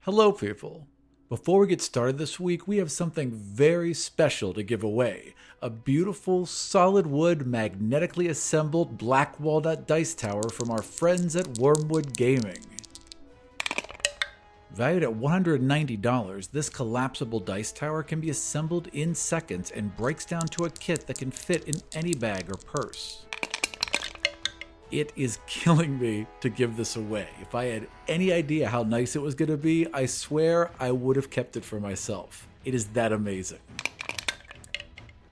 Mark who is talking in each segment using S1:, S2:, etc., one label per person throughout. S1: Hello, Fearful. Before we get started this week, we have something very special to give away a beautiful, solid wood, magnetically assembled black walnut dice tower from our friends at Wormwood Gaming. Valued at $190, this collapsible dice tower can be assembled in seconds and breaks down to a kit that can fit in any bag or purse it is killing me to give this away. If I had any idea how nice it was going to be, I swear I would have kept it for myself. It is that amazing.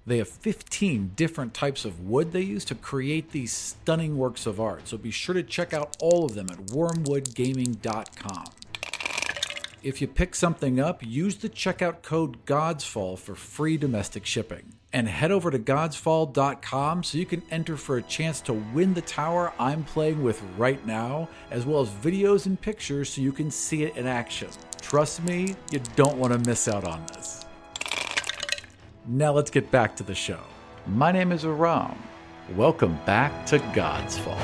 S1: They have 15 different types of wood they use to create these stunning works of art, so be sure to check out all of them at wormwoodgaming.com. If you pick something up, use the checkout code GODSFALL for free domestic shipping. And head over to godsfall.com so you can enter for a chance to win the tower I'm playing with right now, as well as videos and pictures so you can see it in action. Trust me, you don't want to miss out on this. Now let's get back to the show. My name is Aram. Welcome back to God's Fall.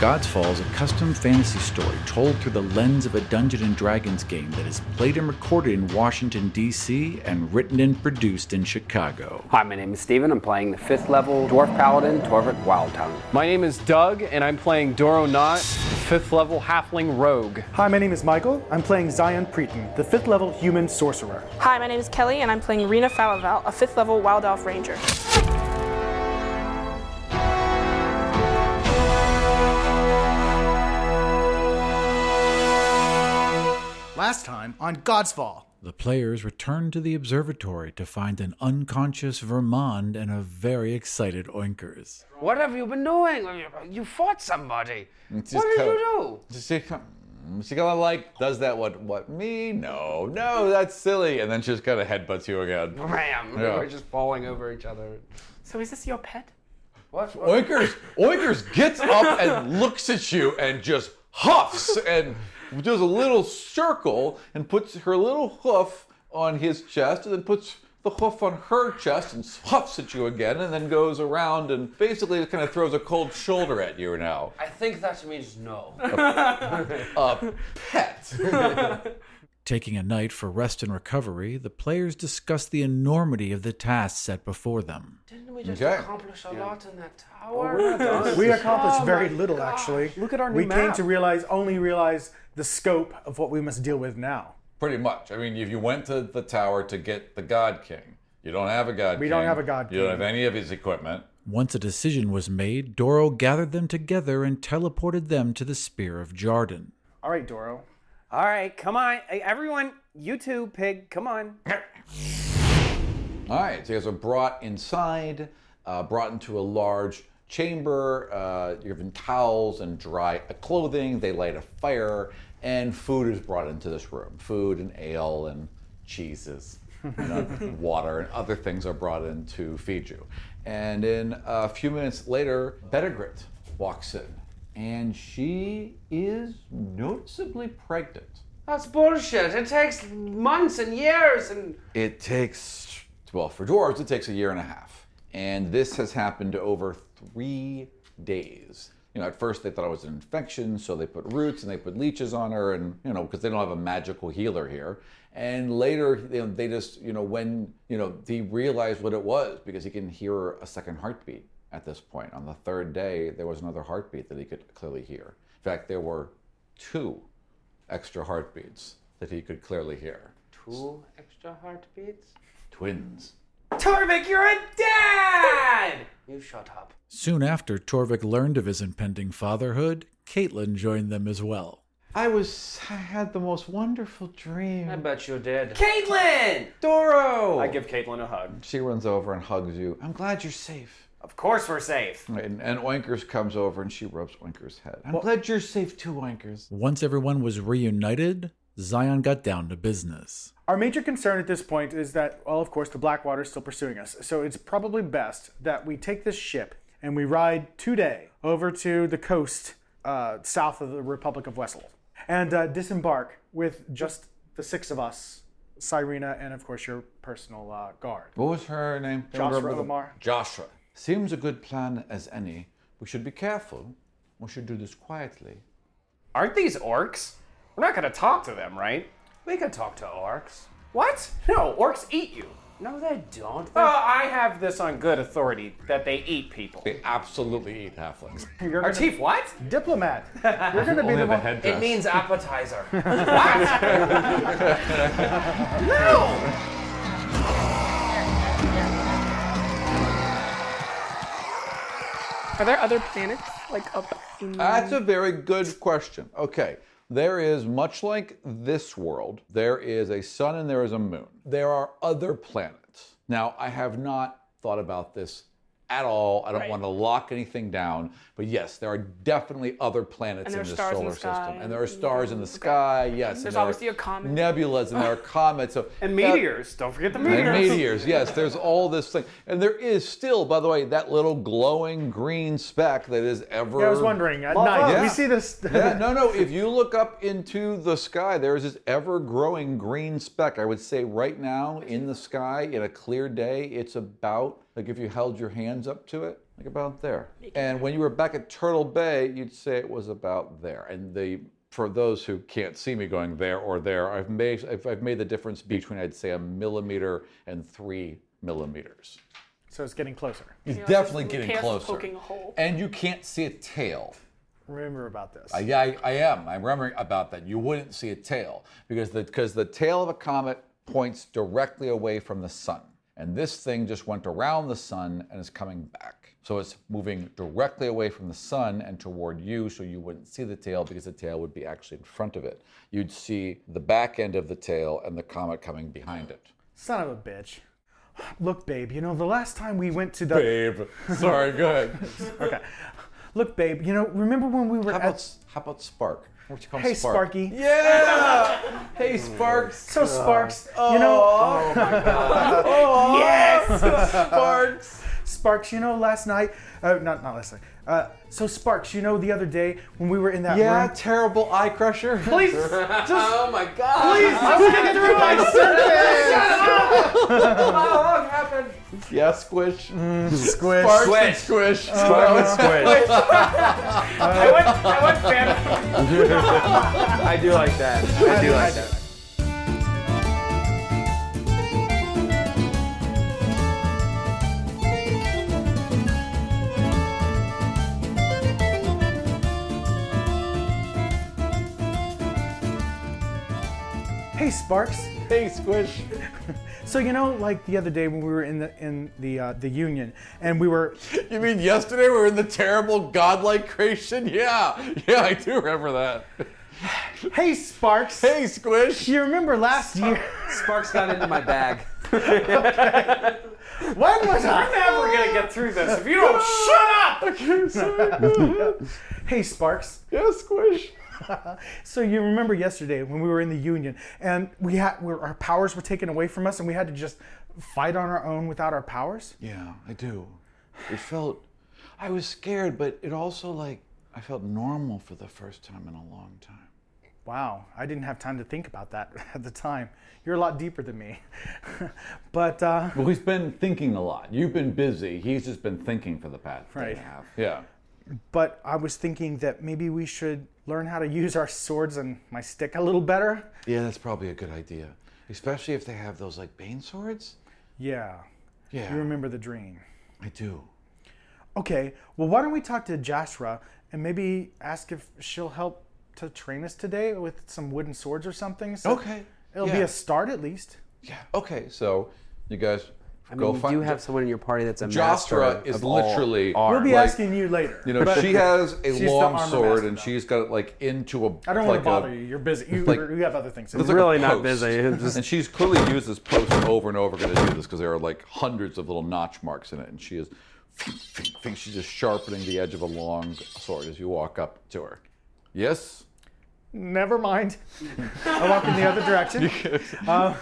S1: God's Fall is a custom fantasy story told through the lens of a Dungeons and Dragons game that is played and recorded in Washington, D.C., and written and produced in Chicago.
S2: Hi, my name is Steven. I'm playing the fifth level Dwarf Paladin, Torvik Wildtongue.
S3: My name is Doug, and I'm playing Doro Knot, fifth level halfling rogue.
S4: Hi, my name is Michael. I'm playing Zion Preeton, the fifth level human sorcerer.
S5: Hi, my name is Kelly, and I'm playing Rena Falaval, a fifth level Wild Elf Ranger.
S4: Last time on God's Fall.
S1: The players return to the observatory to find an unconscious Vermond and a very excited Oinkers.
S2: What have you been doing? You fought somebody.
S6: It's
S2: what
S6: his
S2: did you
S6: coat. Does she come? She kind of like does that. What? What? Me? No, no, that's silly. And then she just kind of headbutts you again.
S2: do? Bam!
S6: Yeah.
S2: We're just falling over each other.
S5: So is this your pet?
S2: What? what?
S6: Oinkers, Oinkers gets up and looks at you and just huffs and does a little circle and puts her little hoof on his chest and then puts the hoof on her chest and huffs at you again and then goes around and basically just kind of throws a cold shoulder at you now.
S2: I think that means no.
S6: A pet.
S1: Taking a night for rest and recovery, the players discuss the enormity of the task set before them.
S2: Didn't we just
S6: Okay.
S2: accomplish a lot in that tower?
S4: We accomplished very little, actually.
S3: Oh Look at our new
S4: We came
S3: map.
S4: to realize only realize the scope of what we must deal with now.
S6: Pretty much. I mean, if you went to the tower to get the God King, you don't have a God
S4: We
S6: King.
S4: don't have a God
S6: You don't
S4: King.
S6: have any of his equipment.
S1: Once a decision was made, Doro gathered them together and teleported them to the Spear of Jarden.
S4: All right, Doro.
S3: All right, come on, Hey, everyone, you two, pig, come on.
S6: All right, so you guys are brought inside, uh, brought into a large chamber. Uh, you're given towels and dry uh, clothing. They light a fire, and food is brought into this room. Food and ale and cheeses, and uh, water and other things are brought in to feed you. And in a few minutes later, Bettergrit walks in, and she is noticeably pregnant.
S2: That's bullshit. It takes months and years and.
S6: It takes, well, for dwarves, it takes a year and a half. And this has happened over three days. You know, at first they thought it was an infection, so they put roots and they put leeches on her, and, you know, because they don't have a magical healer here. And later, they, they just, you know, when, you know, they realized what it was because he can hear a second heartbeat at this point. On the third day, there was another heartbeat that he could clearly hear. In fact, there were two extra heartbeats that he could clearly hear
S2: Two extra heartbeats?
S6: twins.
S2: Torvik, you're a dad! you shut up.
S1: Soon after Torvik learned of his impending fatherhood, Caitlin joined them as well.
S6: I was. I had the most wonderful dream.
S2: I bet you did. Caitlin!
S6: Doro!
S3: I give Caitlin a hug.
S6: she runs over and hugs you. I'm glad you're safe.
S3: Of course, we're safe.
S6: And, and Oinkers comes over and she rubs Oinkers' head. I'm glad you're safe too, Oinkers.
S1: Once everyone was reunited, Zion got down to business.
S4: Our major concern at this point is that, well, of course, the Blackwater is still pursuing us. So it's probably best that we take this ship and we ride today over to the coast uh, south of the Republic of Wessel and uh, disembark with just the six of us, Cyrena, and of course your personal uh, guard.
S6: What was her name?
S4: Joshua
S6: Remember the-
S4: Omar.
S6: Joshua. Seems a good plan as any. We should be careful. We should do this quietly.
S3: Aren't these orcs? We're not gonna talk to them, right?
S7: We can talk to orcs.
S3: What? No, orcs eat you.
S7: No, they don't.
S3: Uh, I have this on good authority that they eat people.
S6: They absolutely eat halflings.
S3: Our chief, what?
S4: Diplomat. You're going to be the one.
S7: it means appetizer.
S3: No!
S5: Are there other planets like up in?
S6: That's a very good question. Okay. There is, much like this world, there is a sun and there is a moon. There are other planets. Now, I have not thought about this at all. I don't want to lock anything down. But yes, there are definitely other planets
S5: there
S6: in
S5: are
S6: this
S5: stars in
S6: solar
S5: the sky.
S6: system. And there are stars in the sky, yes.
S5: There's
S6: and there are
S5: obviously a comet.
S6: Nebulas and there are comets. So
S3: And
S6: that-
S3: meteors. Don't forget the
S6: and
S3: meteors.
S6: meteors, yes. There's all this thing. And there is still, by the way, that little glowing green speck that is ever.
S4: I was wondering. At night,
S6: Yeah.
S4: we see this.
S6: Yeah, no, no. If you look up into the sky, there is this ever growing green speck. I would say right now in the sky, in a clear day, it's about, like if you held your hands up to it, like about there. And when you were back at Turtle Bay, you'd say it was about there. And the for those who can't see me going there or there, I've made I've, I've made the difference between I'd say a millimeter and three millimeters.
S4: so it's getting closer.
S6: It's definitely
S5: just
S6: getting
S5: tail's
S6: closer.
S5: poking a hole.
S6: And you can't see a tail.
S4: Remember about this.
S6: Uh, Yeah, I, I am. I'm remembering about that. You wouldn't see a tail because the because the tail of a comet points directly away from the sun, and this thing just went around the sun and is coming back. So it's moving directly away from the sun and toward you, so you wouldn't see the tail because the tail would be actually in front of it. You'd see the back end of the tail and the comet coming behind it.
S4: Son of a bitch. Look, babe, you know, the last time we went to the.
S6: Babe, sorry, go ahead.
S4: Okay. Look, babe, you know, remember when we were
S6: How
S4: at.
S6: about how about Spark? Why don't you call him
S4: Hey,
S6: Spark?
S4: Sparky.
S6: Yeah.
S4: Mm.
S6: hey, Sparks.
S4: So, Sparks, you know,
S6: Sparks.
S4: Sparks, you know, last night. Uh, not, not last night. Uh, so, Sparks, you know, the other day when we were in that
S6: Yeah,
S4: room.
S6: terrible eye crusher.
S4: Please, just
S7: oh my god.
S4: get through my sentence.
S7: What happened?
S6: yeah, Mm, squish.
S4: Squish.
S6: Sparks and squish. Uh, Sparks and squish.
S3: I went, I went fan.
S7: I do like that. I do like that.
S4: Hey, Sparks.
S6: Hey, squish.
S4: So you know, like the other day when we were in the in the uh, the union, and we were
S6: You mean yesterday we were in the terrible godlike creation? Yeah, yeah, I do remember that.
S4: hey Sparks,
S6: Hey, squish.
S4: do you remember last year?
S7: Sparks got into my bag.
S4: When was I?
S3: Never gonna get through this if you don't
S7: Oh,
S3: shut up.
S6: Okay, sorry.
S4: Hey Sparks.
S6: yeah, squish.
S4: So you remember yesterday when we were in the union, and we had we our powers were taken away from us, and we had to just fight on our own without our powers.
S6: Yeah, I do. It felt. I was scared, but it also like I felt normal for the first time in a long time.
S4: Wow, I didn't have time to think about that at the time. You're a lot deeper than me, but uh,
S6: Well, he's been thinking a lot. You've been busy. He's just been thinking for the past day
S4: Right.
S6: and a half. Yeah.
S4: but I was thinking that maybe we should learn how to use our swords and my stick a little better.
S6: Yeah, that's probably a good idea. Especially if they have those like bane swords.
S4: Yeah,
S6: Yeah.
S4: you remember the dream.
S6: I do.
S4: Okay, well, why don't we talk to Jashra and maybe ask if she'll help to train us today with some wooden swords or something? So
S6: Okay,
S4: It'll be
S6: yeah.
S4: a start at least.
S6: Yeah. Okay, so you guys
S7: I
S6: go
S7: mean, you
S6: find
S7: do have someone in your party that's a master
S6: Jostra is
S7: of all
S6: literally
S7: arms.
S4: We'll be
S6: Like,
S4: asking you later.
S6: you know,
S4: But
S6: she has
S4: she's
S6: a
S4: the
S6: long
S4: armor
S6: sword
S4: master,
S6: and
S4: though.
S6: she's got it like into a
S4: I don't
S6: like
S4: want to bother
S6: a,
S4: you. You're busy. You,
S6: like-
S4: you have other things. to
S6: it's
S4: do.
S6: like a
S7: Really not
S6: post.
S7: busy, it's just-
S6: And she's clearly used this post over and over again to do this because there are like hundreds of little notch marks in it, and she is she's just sharpening the edge of a long sword as you walk up to her. Yes?
S4: Never mind. I walk in the other direction. Um,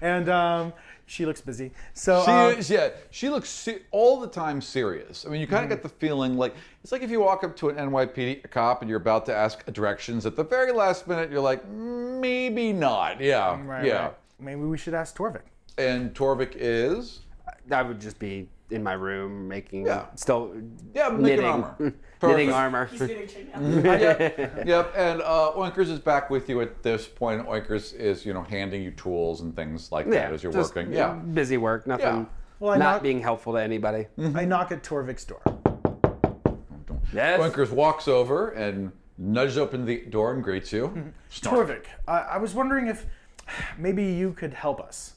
S4: and um, she looks busy. So
S6: She
S4: um,
S6: is, yeah. She looks se- all the time serious. I mean, you kind of
S4: Mm-hmm.
S6: get the feeling like it's like if you walk up to an NYPD cop and you're about to ask directions at the very last minute, you're like, maybe not. Yeah,
S4: Right,
S6: yeah.
S4: right. maybe we should ask Torvik.
S6: And Torvik is
S7: That would just be in my room making
S6: Yeah.
S7: still
S6: Yeah, making
S7: knitting
S6: armor. Perfect.
S7: knitting armor.
S6: yep. yep. And uh, Oinkers is back with you at this point. Oinkers is, you know, handing you tools and things like that as you're
S7: just
S6: working. Yeah.
S7: busy work. Nothing.
S6: Yeah. Mm.
S4: Well, I
S7: not
S4: knock-
S7: being helpful to anybody.
S4: I knock at Torvik's door.
S7: Yes.
S6: Oinkers walks over and nudges open the door and greets you. Snark.
S4: Torvik, I, I was wondering if maybe you could help us.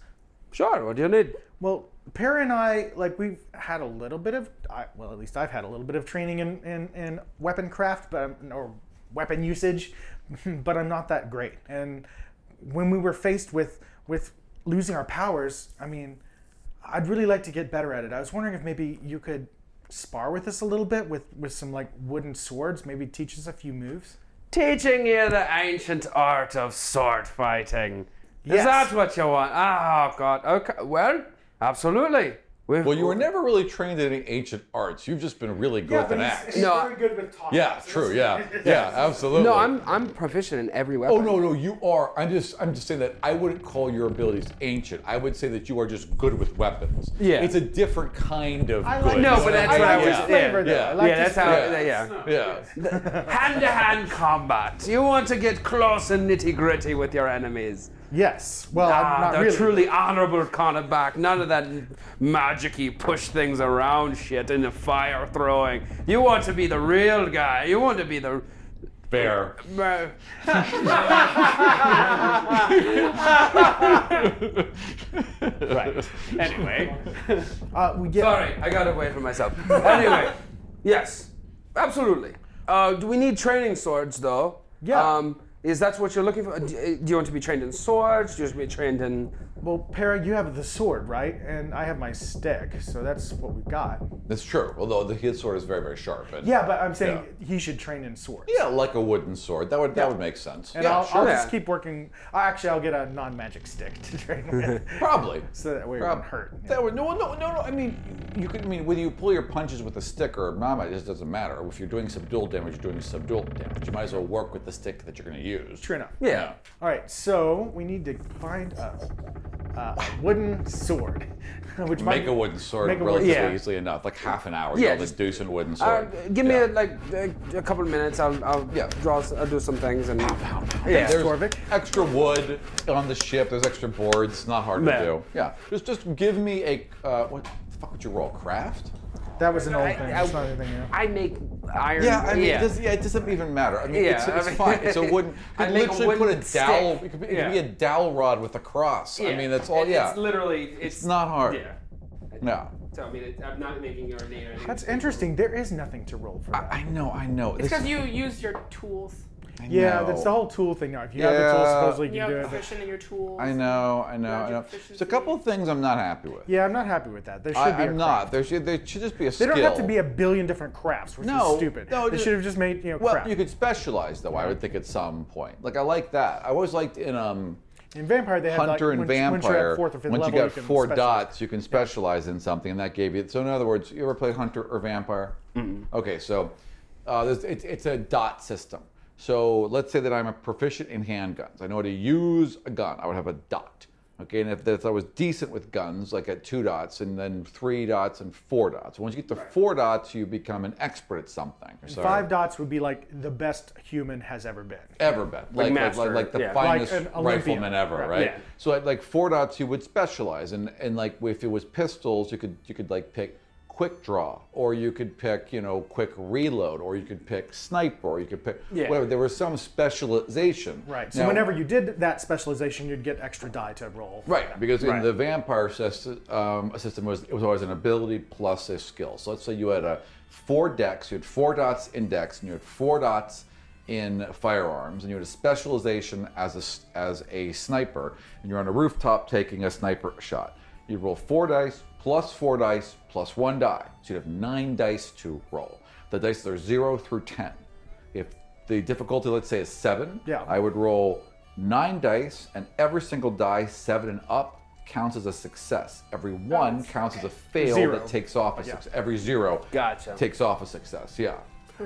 S7: Sure. What do you need?
S4: Well, Perry and I, like, we've had a little bit of, I, well, at least I've had a little bit of training in, in, in weapon craft, but I'm, or weapon usage, but I'm not that great. And when we were faced with with losing our powers, I mean, I'd really like to get better at it. I was wondering if maybe you could spar with us a little bit with with some like wooden swords, maybe teach us a few moves.
S7: Teaching you the ancient art of sword fighting.
S4: Yes.
S7: Is that what you want? Oh God. Okay. Well, absolutely. We've,
S6: Well, you were never really trained in any ancient arts. You've just been really good with an axe.
S7: No, very
S4: good with talking.
S6: Yeah, true. Yeah, yeah, absolutely.
S7: No, I'm I'm proficient in every weapon. Uh,
S6: Oh no, no, you are. I'm just, I'm just saying that I wouldn't call your abilities ancient. I would say that you are just good with weapons.
S7: Yeah.
S6: it's a different kind of
S4: I
S6: good.
S4: like
S7: No,
S4: this-
S7: but that's
S4: I
S7: what I
S4: like
S7: was-
S4: this
S7: yeah,
S4: flavor, though.
S6: yeah.
S4: I like
S7: yeah,
S4: this
S7: that's how.
S6: Yeah.
S7: yeah.
S6: yeah.
S7: Hand to hand combat. You want to get close and nitty gritty with your enemies.
S4: Yes. Well, I'm
S7: Ah,
S4: not
S7: the
S4: really.
S7: truly honorable combat. None of that magic y push things around shit and the fire throwing. You want to be the real guy. You want to be the.
S6: Bear.
S7: Uh,
S6: Right.
S3: Anyway,
S4: Uh, we get,
S7: Sorry, I got away from myself. anyway, yes, absolutely. Uh, do we need training swords though? Um,
S4: Yeah.
S7: is that what you're looking for? Do do you want to be trained in swords? Do you want to be trained in?
S4: Well, Para, you have the sword, right? And I have my stick, so that's what we've got.
S6: That's true. Although the his sword is very, very sharp. And,
S4: Yeah, but I'm saying
S6: Yeah.
S4: he should train in swords.
S6: Yeah, like a wooden sword. That would that would make sense.
S4: And
S6: yeah,
S4: I'll,
S6: sure.
S4: I'll just
S7: Yeah.
S4: keep working. I- Actually, I'll get a non-magic stick to train with.
S6: Probably.
S4: So that way it
S6: Prob-
S4: won't hurt, yeah.
S6: That would no, no, no, no. I mean, you could. I mean, whether you pull your punches with a stick or not, it just doesn't matter. If you're doing subdual damage, you're doing subdual damage. You might as well work with the stick that you're going to use.
S4: Sure enough.
S7: Yeah.
S4: All right, so we need to find a, a wooden sword, which
S6: Make
S4: might
S6: a wooden sword
S4: Make a wooden-
S6: relatively
S7: Yeah.
S6: easily enough, like half an hour.
S7: Yeah,
S6: Yeah, just
S7: just-
S6: do some wooden
S7: Uh,
S6: sword.
S7: give me
S6: Yeah.
S7: a, like a, a couple of minutes. I'll, I'll
S6: Yeah.
S7: draw. s- I'll do some things and.
S6: Yeah,
S7: Yeah.
S6: there's
S4: Torvik.
S6: extra wood on the ship. There's extra boards. It's not hard to
S7: Man.
S6: do. Yeah, just just give me a uh, what the fuck would you roll? Craft?
S4: That was an old
S7: I-
S4: thing.
S7: I-
S4: That's not anything new.
S7: I make iron.
S6: Yeah, I mean, It does, yeah, it doesn't even matter. I mean,
S7: Yeah,
S6: it's,
S7: I
S6: it's
S7: mean-
S6: fine. It's a wooden. You
S7: I
S6: could
S7: make a
S6: literally
S7: wooden
S6: put a dowel.
S7: stick.
S6: It could, be, it
S7: Yeah.
S6: could be a dowel rod with a cross. I mean, that's all.
S7: It-
S6: Yeah,
S7: It's literally. It's,
S6: It's not hard.
S7: Yeah.
S6: no.
S7: So I mean, it, I'm not making your name. or anything.
S4: That's interesting. There is nothing to roll for that.
S6: I know, I know.
S5: It's because you use your tools.
S4: yeah, that's the whole tool thing now. If you have the tool,
S6: Yeah.
S4: supposedly you
S5: You
S4: can
S5: are
S4: do it.
S5: proficient in your tools.
S6: I know, I know, I know.
S5: Magic
S6: There's a couple of things I'm not happy with.
S4: Yeah, I'm not happy with that. There should
S6: I,
S4: be. a
S6: I'm
S4: craft.
S6: not. There should, there should just be a
S4: They
S6: skill.
S4: don't have to be a billion different crafts, which
S6: No,
S4: is stupid.
S6: no,
S4: they
S6: just-
S4: should have just made you know
S6: Well,
S4: craft.
S6: you could specialize though. I would think at some point. Like I like that. I always liked in um,
S4: in Vampire, they had
S6: Hunter
S4: like,
S6: and
S4: once, Once you're
S6: Vampire.
S4: at fourth or fifth
S6: once
S4: level,
S6: you got
S4: can
S6: four
S4: specialize.
S6: dots, you can specialize in something, and that gave you. So in other words, you ever played Hunter or Vampire? Okay, so uh, there's, it's it's a dot system. So let's say that I'm a proficient in handguns. I know how to use a gun. I would have a dot. Okay, and if, if I was decent with guns, like at two dots, and then three dots, and four dots. Once you get to four dots, you become an expert at something. So
S4: Five dots would be like the best human has ever been.
S6: ever been. Like like,
S7: master,
S6: like, like the
S7: yeah.
S6: finest
S4: Like an Olympian.
S6: rifleman ever, right?
S4: Right,
S7: yeah.
S6: So at like four dots you would specialize and, and like if it was pistols you could you could like pick quick draw or you could pick, you know, quick reload or you could pick sniper or you could pick
S7: Yeah.
S6: whatever. There was some specialization.
S4: Right. So
S6: Now-
S4: whenever you did that specialization, you'd get extra die to roll.
S6: Right, because in the vampire system, um, system was it was always an ability plus a skill. So let's say you had a four decks, you had four dots in decks, and you had four dots in firearms, and you had a specialization as a s- as a sniper, and you're on a rooftop taking a sniper shot. You roll four dice plus four dice plus one die, so you would have nine dice to roll. The dice are zero through ten. If the difficulty, let's say, is seven,
S4: Yeah.
S6: I would roll nine dice, and every single die, seven and up, counts as a success. Every one counts as a fail
S4: Zero.
S6: that takes off a success. Every zero
S7: Gotcha.
S6: takes off a success. Yeah.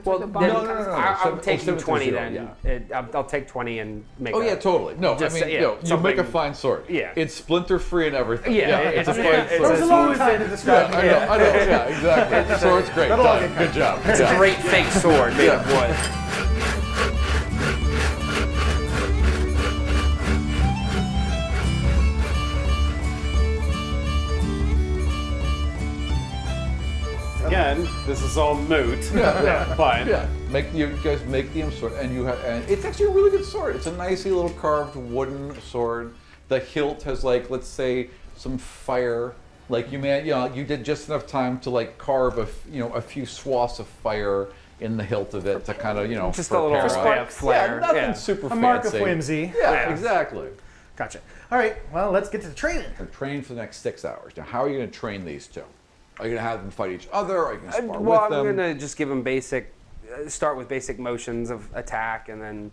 S5: well,
S6: the bottom No, no, no, no, no.
S7: I, I'm
S6: Seven- oh,
S7: taking
S6: seven to
S7: 20
S6: zero,
S7: then.
S6: yeah.
S7: It- I'll, I'll take 20 and make
S6: Oh
S7: a-
S6: yeah, totally. No,
S7: Just,
S6: I mean,
S7: yeah,
S6: you, know, you make a
S7: something-
S6: fine sword.
S7: yeah.
S6: it's splinter free and everything.
S7: Yeah, it's-
S6: it's, a fine
S7: yeah, it's
S4: There
S6: sword.
S4: was a
S7: It's
S4: long time to
S6: yeah,
S4: describe
S6: I
S4: it.
S6: know, I know, yeah, exactly. Sword's great.
S4: That'll all
S6: Done.
S4: get
S6: Good job.
S7: It's a
S6: Yeah.
S7: great fake sword made of
S6: Yeah.
S7: wood.
S3: Again, this is all moot. But
S6: Yeah, make the, you guys make the sword, and you have, and it's actually a really good sword. It's a nicely little carved wooden sword. The hilt has like, let's say, some fire. Like you man, you know, you did just enough time to like carve a, f- you know, a few swaths of fire in the hilt of it to kind of, you know,
S7: Just
S6: for
S7: a little
S6: para-
S7: yeah, flare.
S6: Yeah, nothing
S7: Yeah.
S6: super
S4: A
S6: fancy.
S4: mark of whimsy.
S6: Yeah,
S7: Yeah.
S6: exactly.
S4: Gotcha. All right. Well, let's get to the training.
S6: And train for the next six hours. Now, how are you going to train these two? Are you going to have them fight each other? Are you going to
S7: Uh,
S6: spar
S7: well,
S6: with um,
S7: I'm
S6: them?
S7: gonna just give them basic. Uh, start with basic motions of attack, and then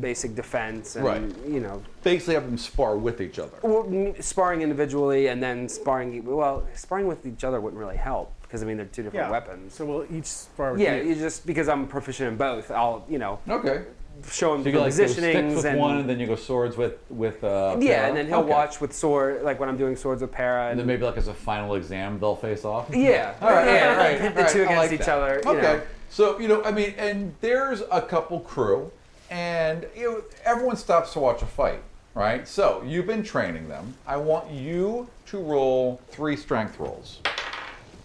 S7: basic defense, and
S6: Right.
S7: you know,
S6: Basically, have them spar with each other.
S7: well, m- sparring individually, and then sparring. Well, sparring with each other wouldn't really help because I mean they're two different weapons.
S4: So we'll each spar with
S7: yeah,
S4: you.
S7: you just because I'm proficient in both, I'll you know
S6: Okay.
S7: show him
S6: So
S7: the
S6: you go like go sticks
S7: positionings
S6: with
S7: and
S6: one, and then you go swords with with. Uh,
S7: yeah,
S6: Para?
S7: and then he'll
S6: Okay.
S7: watch with sword like when I'm doing swords with para,
S6: And
S7: and,
S6: then maybe like as a final exam, they'll face off.
S7: Yeah.
S6: all right,
S7: Yeah,
S6: all right,
S7: pit the
S6: all right,
S7: two
S6: I
S7: against
S6: like
S7: each
S6: that.
S7: other, you
S6: Okay,
S7: know.
S6: so you know, I mean, and there's a couple crew, and you know, everyone stops to watch a fight, right? So you've been training them. I want you to roll three strength rolls.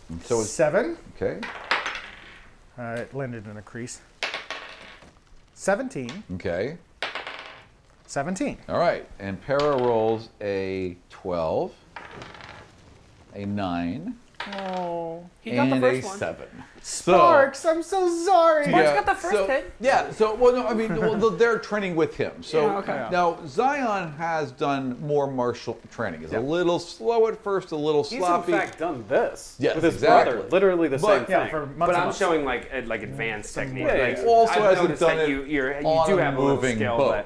S6: And so it's
S4: Seven.
S6: okay,
S4: Uh, it landed in a crease. 17.
S6: okay,
S4: 17.
S6: all right. And Para rolls a twelve, a nine,
S5: He got
S6: and
S5: the
S6: a
S5: first one.
S6: seven. So-
S4: Sparks, Oh. I'm so sorry.
S5: Mark's got the first
S6: so,
S5: hit.
S6: Yeah. So, well, no, I mean, well, th- they're training with him. So
S5: Yeah, okay.
S6: now Zion has done more martial training. He's a little slow at first, a little
S3: he's
S6: sloppy.
S3: in fact done this
S6: Yes,
S3: with his
S6: exactly.
S3: brother. Literally the
S6: But-
S3: same
S4: Yeah,
S3: thing.
S4: for months
S7: but
S4: and
S7: I'm
S4: months.
S7: showing like ad- like advanced technique.
S3: Yeah,
S7: like,
S3: yeah.
S6: Also
S7: I've
S6: hasn't
S7: noticed
S6: done
S7: that
S6: it
S7: you you're, you
S6: on
S7: do
S6: a
S7: have a little
S6: moving
S7: skill,
S6: boat.
S7: but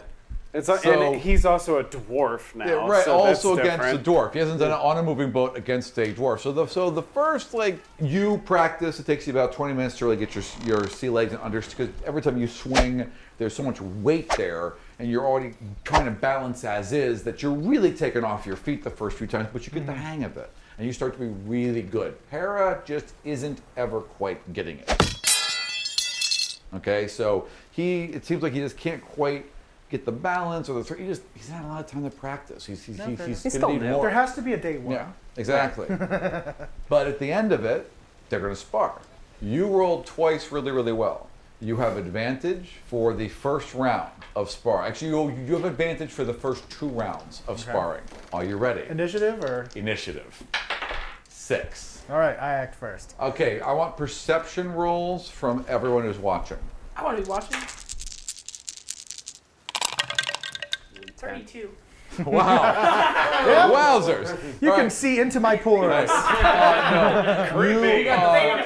S3: It's a,
S6: So-
S3: and he's also a dwarf now.
S6: Yeah, right.
S3: so that's
S6: also against
S3: different.
S6: the dwarf. He hasn't done it on a moving boat against a dwarf. So the so the first like you practice, it takes you about 20 minutes to really get your your sea legs and under because every time you swing, there's so much weight there, and you're already trying to balance as is that you're really taking off your feet the first few times, but you get
S3: Mm-hmm.
S6: the hang of it, and you start to be really good. Para just isn't ever quite getting it. Okay, so he it seems like he just can't quite get the balance or the three. He just he's not a lot of time to practice. He's he's, he's,
S7: He's
S6: he's, gonna
S7: still
S6: need
S7: new.
S6: more.
S4: There has to be a day one.
S6: yeah, exactly. but at the end of it, they're gonna spar. You rolled twice really really well. You have advantage for the first round of spar. Actually, you, you have advantage for the first two rounds of sparring. Are you ready?
S4: Initiative or?
S6: Initiative. Six.
S4: All right, I act first.
S6: Okay, I want perception rolls from everyone who's watching.
S5: I want to be watching. 32.
S6: Wowzers!
S4: You
S6: All
S4: can
S6: right.
S4: see into my pores.
S6: You, uh,
S7: okay,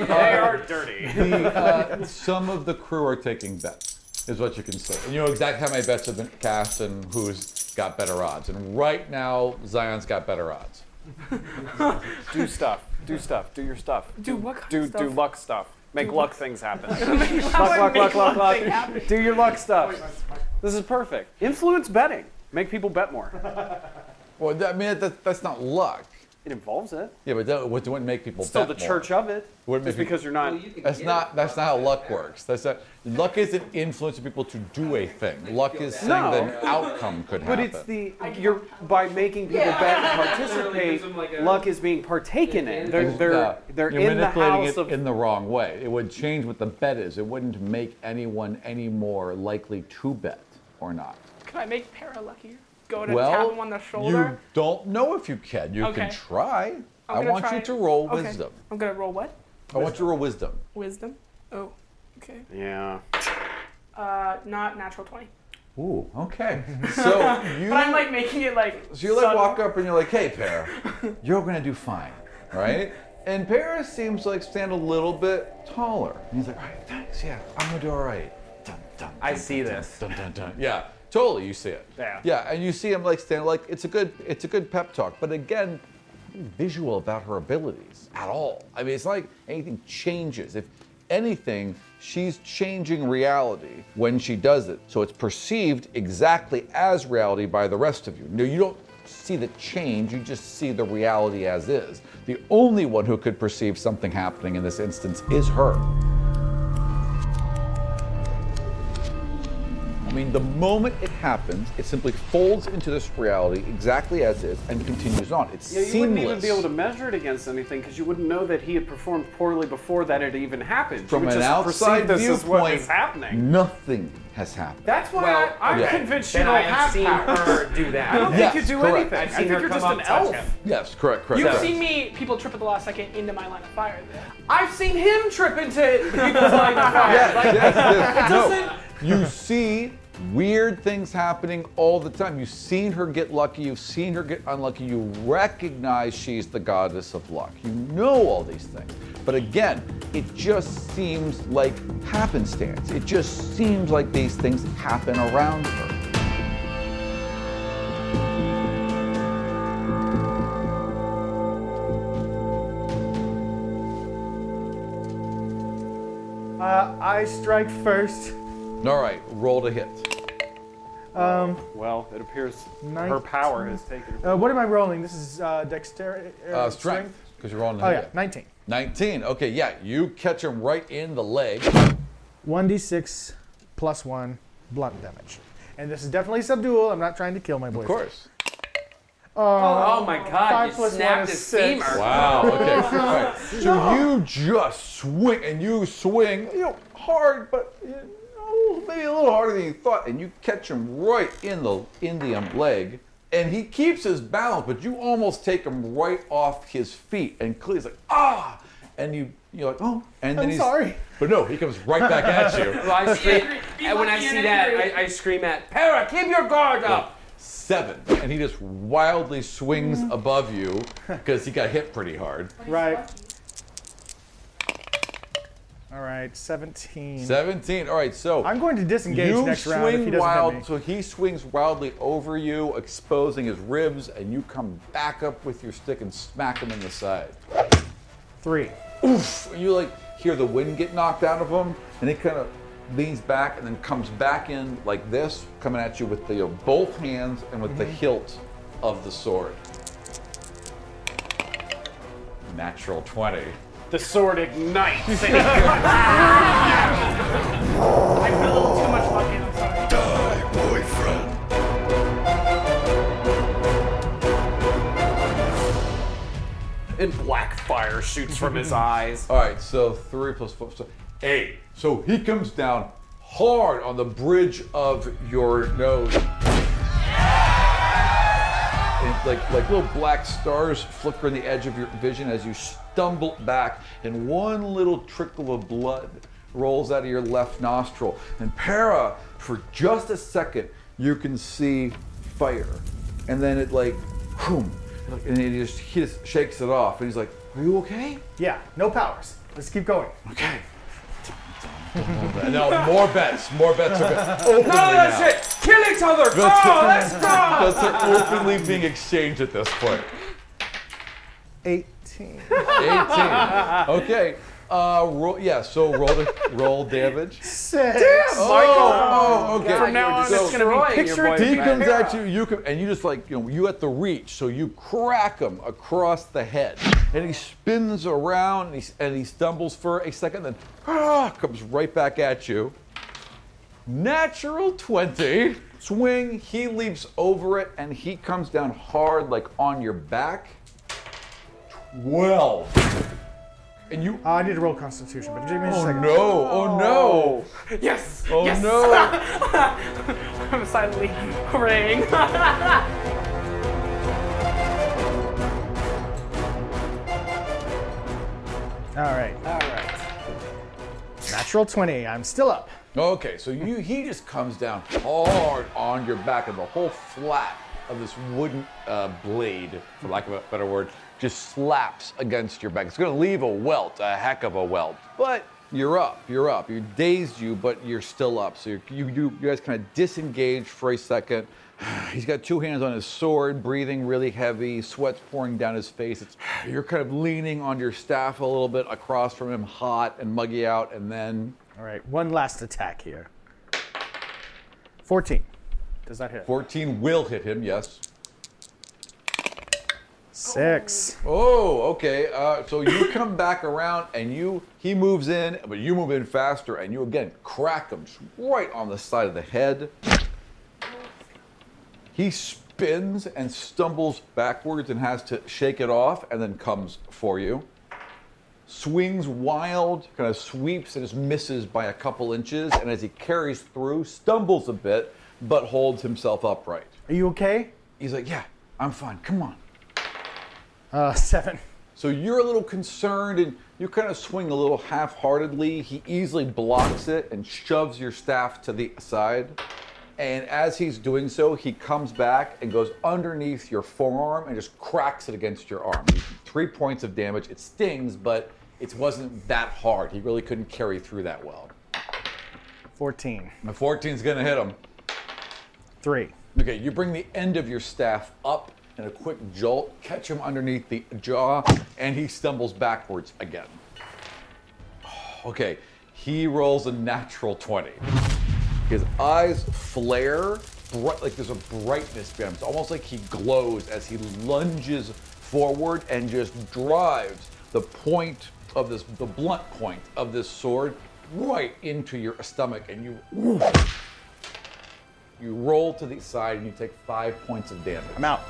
S3: They are dirty.
S6: the, uh, some of the crew are taking bets, is what you can say. And you know exactly how many bets have been cast and who's got better odds. And right now, Zion's got better odds.
S3: do stuff. Do stuff. Do your stuff.
S5: Do what kind
S3: do,
S5: of stuff?
S3: Do luck stuff. Make luck things happen.
S5: How
S3: luck,
S5: I
S3: luck,
S5: make
S3: luck,
S5: one
S3: luck.
S5: thing happen.
S3: Do your luck stuff. This is perfect. Influence betting. Make people bet more.
S6: Well, that- I mean, that, that's not luck.
S3: It involves it.
S6: Yeah, but that would wouldn't make people
S3: It's still the
S6: bet more.
S3: church of it.
S6: Wouldn't
S3: Just
S6: make
S3: because you're not.
S6: That's not that's not how luck works. That's not, luck isn't influencing people to do a thing. Luck is saying
S3: No.
S6: that an outcome could
S3: But
S6: happen.
S3: it's the you're by making people bet and participate. luck is being partaken in. They're they're
S6: Yeah.
S3: they're
S6: You're
S3: in the
S6: manipulating
S3: house
S6: it
S3: of
S6: in the wrong way. It would change what the bet is. It wouldn't make anyone any more likely to bet or not.
S5: Can I make Para luckier? Go to tap
S6: well,
S5: him on the shoulder.
S6: you don't know if you can. You
S5: Okay.
S6: can try.
S5: I'm
S6: I
S5: gonna
S6: want
S5: try
S6: you
S5: it.
S6: to roll
S5: Okay.
S6: wisdom.
S5: I'm gonna roll what?
S6: I want you to roll wisdom.
S5: Wisdom. Oh, okay.
S3: yeah.
S5: Uh, not natural 20.
S6: Ooh, okay. So you
S5: But I'm like making it like.
S6: So you like
S5: subtle.
S6: walk up and you're like, "Hey, Pear, you're gonna do fine, right?" And Pear seems to like stand a little bit taller. And he's like, "All right, thanks. Yeah, I'm gonna do all right." Dun, dun,
S7: I
S6: dun,
S7: see
S6: dun,
S7: this.
S6: Dun, dun, dun. Yeah, totally. You see it.
S3: Yeah.
S6: Yeah, and you see him like standing like it's a good it's a good pep talk, but again, visual about her abilities at all. I mean, it's not like anything changes. If anything, she's changing reality when she does it. So it's perceived exactly as reality by the rest of you. No, you don't see the change, you just see the reality as is. The only one who could perceive something happening in this instance is her. I mean, the moment it happens, it simply folds into this reality exactly as is and continues on. It's
S3: Yeah, you
S6: seamless.
S3: wouldn't even be able to measure it against anything because you wouldn't know that he had performed poorly before that had even happened.
S6: From
S3: you would
S6: an
S3: just
S6: outside
S3: perceive this
S6: viewpoint,
S3: as what is happening.
S6: nothing has happened.
S3: That's why
S8: Well,
S3: I, I'm
S6: yeah.
S3: convinced you
S8: And
S3: don't
S8: I
S3: have
S8: have seen
S3: power.
S8: her do that.
S3: I don't
S6: Yes,
S3: think you do
S6: correct.
S3: anything.
S8: I've seen
S3: I think
S8: her
S3: you're
S8: come
S3: just
S8: up,
S3: an
S8: touch
S3: elf.
S8: him.
S6: yes, correct, correct.
S8: You've
S6: correct.
S8: seen
S5: me, people trip at the last second into my line of fire. Though.
S8: I've seen him trip into people's line of fire.
S6: Yes,
S8: Like,
S6: yes, yes.
S8: doesn't-
S6: No. You see weird things happening all the time. You've seen her get lucky, you've seen her get unlucky, you recognize she's the goddess of luck. You know all these things. But again, it just seems like happenstance. It just seems like these things happen around her.
S4: Uh, I strike first.
S6: All right, roll to hit.
S3: Well, it appears her
S4: Nineteen.
S3: power has taken.
S4: Uh, what am I rolling? This is uh, dexterity.
S6: Uh, strength, because you're rolling to
S4: Oh yeah,
S6: hit.
S4: 19.
S6: 19. Okay, yeah, you catch him right in the leg.
S4: 1d6 plus 1 blunt damage. And this is definitely subdual. I'm not trying to kill my boyfriend.
S6: Of course.
S8: oh my god,
S4: Five
S8: you
S4: plus one
S8: snapped
S4: is
S8: his
S4: six.
S8: femur.
S6: Wow. Okay. All right. So you just swing and you swing, you know, hard, but you know, maybe a little harder than you thought, and you catch him right in the in the um, leg, and he keeps his balance, but you almost take him right off his feet, and Clee's like ah, and you you're like oh, and then
S4: I'm
S6: he's
S4: sorry.
S6: but no, he comes right back at you.
S8: Well, I scream,
S5: angry. Be
S8: and when I
S5: lucky
S8: see
S5: and
S8: that,
S5: angry.
S8: I, I scream at Para, keep your guard up.
S6: Seven, and he just wildly swings
S4: Mm.
S6: above you because he got hit pretty hard.
S4: Right. All right, 17.
S6: Seventeen. All right, so
S4: I'm going to disengage
S6: you
S4: next
S6: swing
S4: round if he doesn't
S6: wild,
S4: hit me.
S6: so he swings wildly over you, exposing his ribs, and you come back up with your stick and smack him in the side.
S4: Three.
S6: Oof! You like hear the wind get knocked out of him, and he kind of leans back and then comes back in like this, coming at you with the uh, both hands and with the
S4: Mm-hmm.
S6: hilt of the sword. Natural twenty.
S3: The sword ignites.
S5: I put a little too much luck in. I'm sorry.
S3: and black fire shoots from his eyes.
S6: All right, so three plus four, so eight. So he comes down hard on the bridge of your nose. And like like little black stars flicker in the edge of your vision as you stumble back, and one little trickle of blood rolls out of your left nostril. And para, for just a second, you can see fire, and then it like, whoom, and he just he just shakes it off, and he's like, "Are you okay?"
S4: Yeah, no powers. Let's keep going.
S6: Okay. no, more bets. More bets are bets. Openly
S8: None of
S6: now.
S8: that shit. Kill each other. Go.
S6: That's it.
S8: Oh, Let's go.
S6: Bets are openly being exchanged at this point.
S4: 18.
S6: 18. Okay. Uh, roll, yeah, so roll the, roll damage.
S4: Six.
S6: Oh, oh, okay.
S8: From now on, it's gonna be picture
S4: picture
S6: He comes at you, you come, and you just like, you know, you at the reach, so you crack him across the head. And he spins around and he, and he stumbles for a second, then ah, comes right back at you. Natural 20. Swing, he leaps over it, and he comes down hard, like on your back. 12. And you.
S4: Uh, I need to roll Constitution, but give me a
S6: Oh
S4: second.
S6: no, oh no,
S5: Yes.
S6: oh
S5: yes.
S6: no.
S5: I'm silently hurraying.
S4: All right. All right. Natural 20. I'm still up.
S6: Okay, so you he just comes down hard on your back, and the whole flat of this wooden uh, blade, for lack of a better word, just slaps against your back. It's going to leave a welt, a heck of a welt. But you're up, you're up. You dazed you, but you're still up. So you you, you guys kind of disengage for a second, He's got two hands on his sword, breathing really heavy, sweat's pouring down his face. It's, you're kind of leaning on your staff a little bit across from him, hot and muggy out, and then
S4: All right, one last attack here. 14. Does that hit?
S6: 14 will hit him, yes.
S4: Six.
S6: Oh, okay. Uh, so you come back around and you he moves in, but you move in faster and you again crack him right on the side of the head. He spins and stumbles backwards and has to shake it off and then comes for you. Swings wild, kind of sweeps and just misses by a couple inches, and as he carries through, stumbles a bit, but holds himself upright.
S4: Are you okay?
S6: He's like, Yeah, I'm fine. Come on.
S4: Uh, seven.
S6: So you're a little concerned and you kind of swing a little half heartedly. He easily blocks it and shoves your staff to the side. And as he's doing so, he comes back and goes underneath your forearm and just cracks it against your arm. Three points of damage. It stings, but it wasn't that hard. He really couldn't carry through that well.
S4: 14.
S6: The 14's going to hit him.
S4: Three.
S6: Okay, you bring the end of your staff up in a quick jolt, catch him underneath the jaw, and he stumbles backwards again. Okay, he rolls a natural 20. His eyes flare, bright, like there's a brightness behind him. It's almost like he glows as he lunges forward and just drives the point of this, the blunt point of this sword right into your stomach, and you. You roll to the side and you take five points of damage.
S4: I'm out.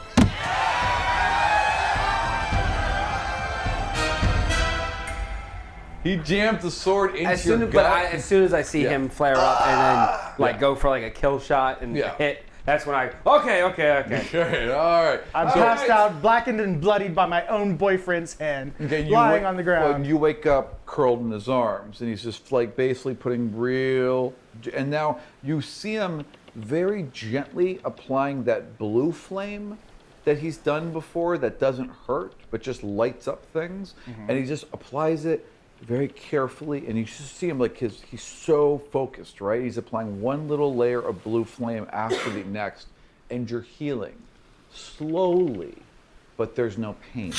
S6: He jammed the sword into
S7: As
S6: your
S7: soon, as,
S6: gut.
S7: but I, as soon as I see
S6: Yeah.
S7: him flare up and then like
S6: Yeah.
S7: go for like a kill shot and
S6: Yeah.
S7: hit, that's when I okay, okay, okay.
S6: Okay, all right.
S4: I'm passed out, blackened and bloodied by my own boyfriend's hand,
S6: Okay, you
S4: lying
S6: wake-
S4: on the ground.
S6: well, you wake up curled in his arms, and he's just like basically putting real. And now you see him very gently applying that blue flame that he's done before that doesn't hurt, but just lights up things. And he just applies it very carefully, and you just see him like his. He's so focused, right? He's applying one little layer of blue flame after the next, and you're healing slowly, but there's no pain.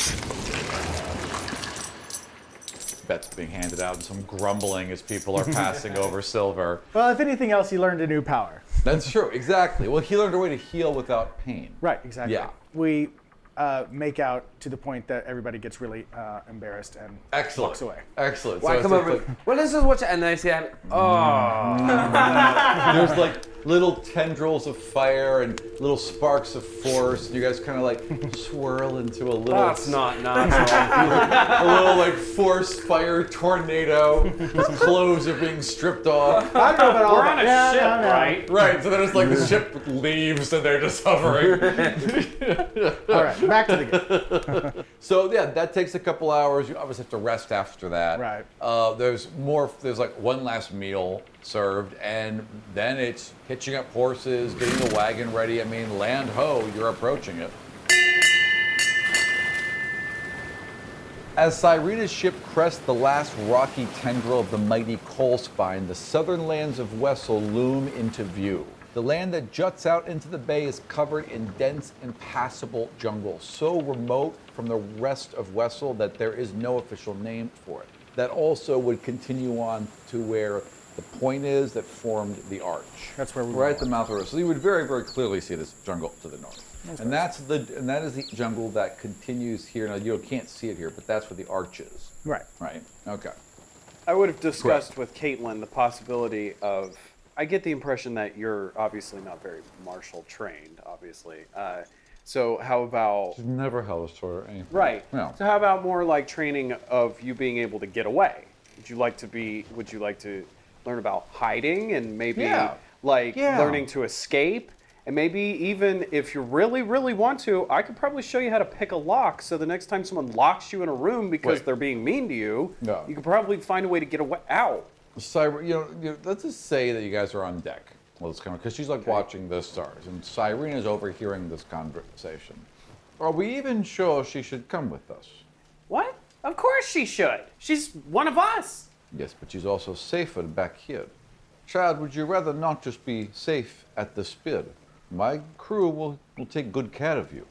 S6: That's being handed out, and some grumbling as people are passing over silver.
S4: well, if anything else, he learned a new power.
S6: That's true, exactly. Well, he learned a way to heal without pain.
S4: Right, exactly.
S6: Yeah.
S4: We uh, make out to the point that everybody gets really uh, embarrassed and
S6: Excellent.
S4: walks away.
S6: Excellent.
S7: Well, I
S6: it's
S7: come
S6: like-
S7: over. well, this is what, you, and then I see him. Oh,
S6: There's like little tendrils of fire and little sparks of force. You guys kind of like swirl into a little.
S7: that's not nice.
S6: a little like force fire tornado. His clothes are being stripped off.
S4: I don't know about all
S8: We're on
S4: that.
S8: a
S4: Yeah,
S8: ship,
S4: no, no.
S8: right?
S6: Right, so then it's like the ship leaves and they're just hovering.
S4: All right, back to the game.
S6: So yeah, that takes a couple hours. You obviously have to rest after that.
S4: Right.
S6: Uh, there's more. There's like one last meal served, and then it's hitching up horses, getting the wagon ready. I mean, land ho, you're approaching it. As Cyrena's ship crests the last rocky tendril of the mighty coal spine, the southern lands of Wessel loom into view. The land that juts out into the bay is covered in dense, impassable jungle, so remote from the rest of Wessel that there is no official name for it. That also would continue on to where the point is that formed the arch.
S4: That's where we
S6: Right at
S4: were.
S6: the mouth of the river. So you would very, very clearly see this jungle to the north. and that's the and that is the jungle that continues here. Now you can't see it here, but that's where the arch is.
S4: Right.
S6: Right. Okay.
S3: I would have discussed with Caitlin the possibility of. I get the impression that you're obviously not very martial trained, obviously. Uh, so how about
S6: Never held a sword or anything.
S3: right?
S6: No.
S3: So how about more like training of you being able to get away? Would you like to be? Would you like to learn about hiding and maybe
S6: Yeah.
S3: like
S6: Yeah.
S3: learning to escape? And maybe even if you really, really want to, I could probably show you how to pick a lock. So the next time someone locks you in a room because
S6: Wait.
S3: they're being mean to you,
S6: No.
S3: you could probably find a way to get away out.
S6: Cyr- you know, you know, let's just say that you guys are on deck. Well, it's coming because she's like watching the stars, and Cyrena's overhearing this conversation. Are we even sure she should come with us?
S3: What? Of course she should. She's one of us.
S6: Yes, but she's also safer back here. Child, would you rather not just be safe at the spear? My crew will, will take good care of you.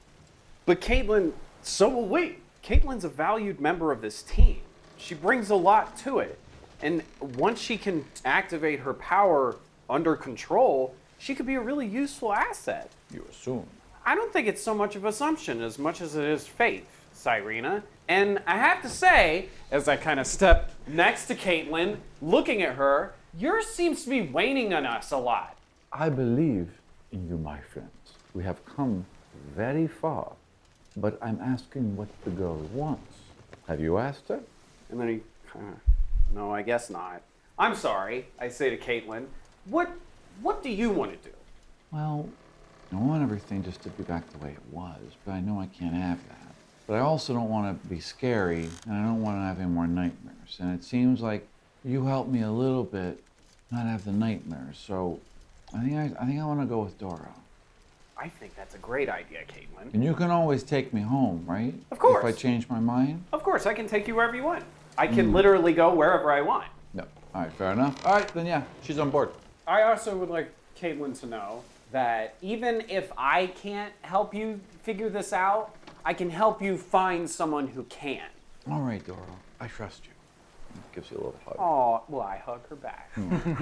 S3: But Caitlin, so will we. Caitlin's a valued member of this team. She brings a lot to it. And once she can activate her power under control, she could be a really useful asset.
S6: You assume.
S3: I don't think it's so much of assumption as much as it is faith, Cyrena. And I have to say, as I kind of step next to Caitlin, looking at her, yours seems to be waning on us a lot.
S6: I believe in you, my friends. We have come very far, but I'm asking what the girl wants. Have you asked her?
S3: And then he, uh, no, I guess not. I'm sorry, I say to Caitlin, what, what do you want to do?
S6: Well, I want everything just to be back the way it was, but I know I can't have that. But I also don't want to be scary, and I don't want to have any more nightmares. And it seems like you helped me a little bit not have the nightmares, so I think I, I, think I want to go with Dora.
S3: I think that's a great idea, Caitlin.
S6: And you can always take me home, right? Of
S3: course.
S6: If I change my mind?
S3: Of course, I can take you wherever you want. I can literally go wherever I want.
S6: No. All right, fair enough. All right, then yeah, she's on board.
S3: I also would like Caitlin to know that even if I can't help you figure this out, I can help you find someone who can.
S6: All right, Dora, I trust you. Gives you a little hug.
S3: Oh, well, I hug her back.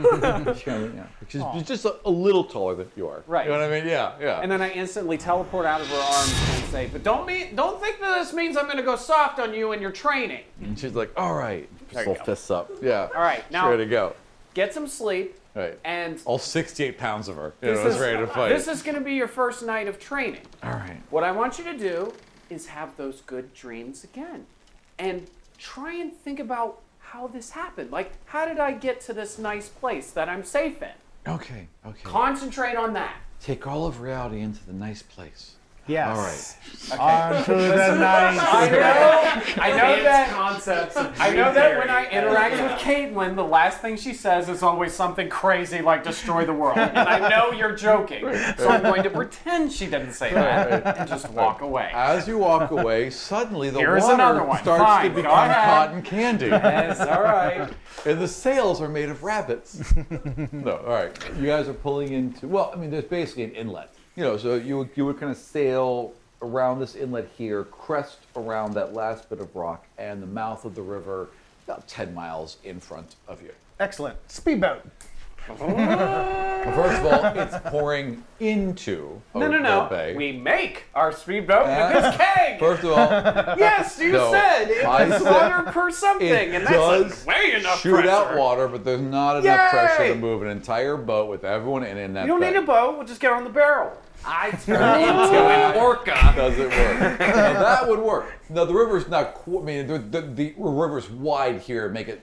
S6: Yeah, yeah. She's just a, a little taller than you are.
S3: Right.
S6: You know what I mean? Yeah, yeah.
S3: And then I instantly teleport out of her arms and say, "But don't mean, don't think that this means I'm going to go soft on you in your training.
S6: And she's like, all right. Just
S3: you
S6: all
S3: go.
S6: fists up. Yeah. All
S3: right, now-
S6: ready to go.
S3: Get some sleep."
S6: All right.
S3: And
S6: all 68 pounds of her. You know,
S3: this
S6: is
S3: is-
S6: ready to fight.
S3: This is going to be your first night of training.
S6: all right.
S3: What I want you to do is have those good dreams again, and try and think about how this happened. Like, how did I get to this nice place that I'm safe in?
S6: Okay. Okay.
S3: Concentrate on that.
S6: Take all of reality into the nice place. All right.
S4: Yes. On to the night.
S3: I know that concepts. I know that when I interact with Caitlin, the last thing she says is always something crazy like "destroy the world," and I know you're joking, so I'm going to pretend she didn't say that and just walk away.
S6: As you walk away, suddenly the
S3: Here's
S6: water
S3: another one.
S6: starts
S3: Fine,
S6: to
S3: go
S6: become
S3: ahead.
S6: cotton candy.
S3: Yes, all right.
S6: And the sails are made of rabbits. no, all right. You guys are pulling into. Well, I mean, there's basically an inlet. You know, so you would, you would kind of sail around this inlet here, crest around that last bit of rock, and the mouth of the river, about 10 miles in front of you.
S4: Excellent. Speedboat.
S6: Well, first of all, it's pouring into.
S3: No, no,
S6: Oakdale
S3: no.
S6: Bay.
S3: We make our speedboat with this keg.
S6: First of all,
S3: yes, you
S6: Ah. No,
S3: said it
S6: I
S3: was
S6: said-
S3: water per something,
S6: it
S3: and
S6: does
S3: that's like way enough
S6: shoot
S3: pressure.
S6: out water, but there's not enough pressure to
S3: Yay!
S6: move an entire boat with everyone in, it in that.
S3: You don't need a boat. We'll just get on the barrel. I turn into
S6: an
S3: orca.
S6: Doesn't work. now that would work. Now the river's not. Qu- I mean, the, the, the river's wide here, make it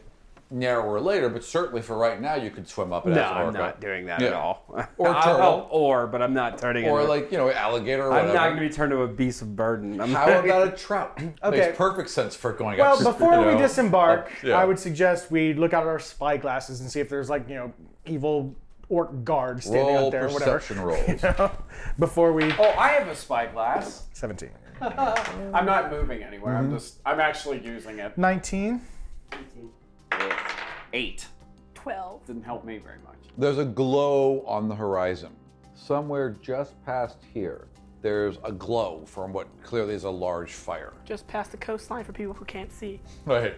S6: narrower later. But certainly for right now, you could swim up it
S7: No,
S6: as an orca.
S7: I'm not doing that at
S6: Yeah.
S7: all.
S6: Or
S7: I'll
S6: turtle.
S7: help or, but I'm not turning
S6: Or
S7: into-
S6: like you know, alligator or
S7: I'm
S6: whatever.
S7: not going to be turned into a beast of burden. I'm
S6: How about a trout?
S4: Okay.
S6: Makes perfect sense for going
S4: Well,
S6: up.
S4: before
S6: you
S4: we
S6: know.
S4: disembark,
S6: Uh, yeah.
S4: I would suggest we look out at our spy glasses and see if there's like you know evil orc guards standing
S6: roll
S4: out there or whatever.
S6: perception rolls.
S4: Before we
S3: Oh, I have a spyglass.
S4: 17,
S3: I'm not moving anywhere.
S6: Mm-hmm.
S3: I'm just. I'm actually using it.
S4: 19.
S3: Eight
S5: 12.
S3: didn't help me very much.
S6: There's a glow on the horizon. Somewhere just past here, there's a glow from what clearly is a large fire.
S5: Just past the coastline for people who can't see.
S6: Right.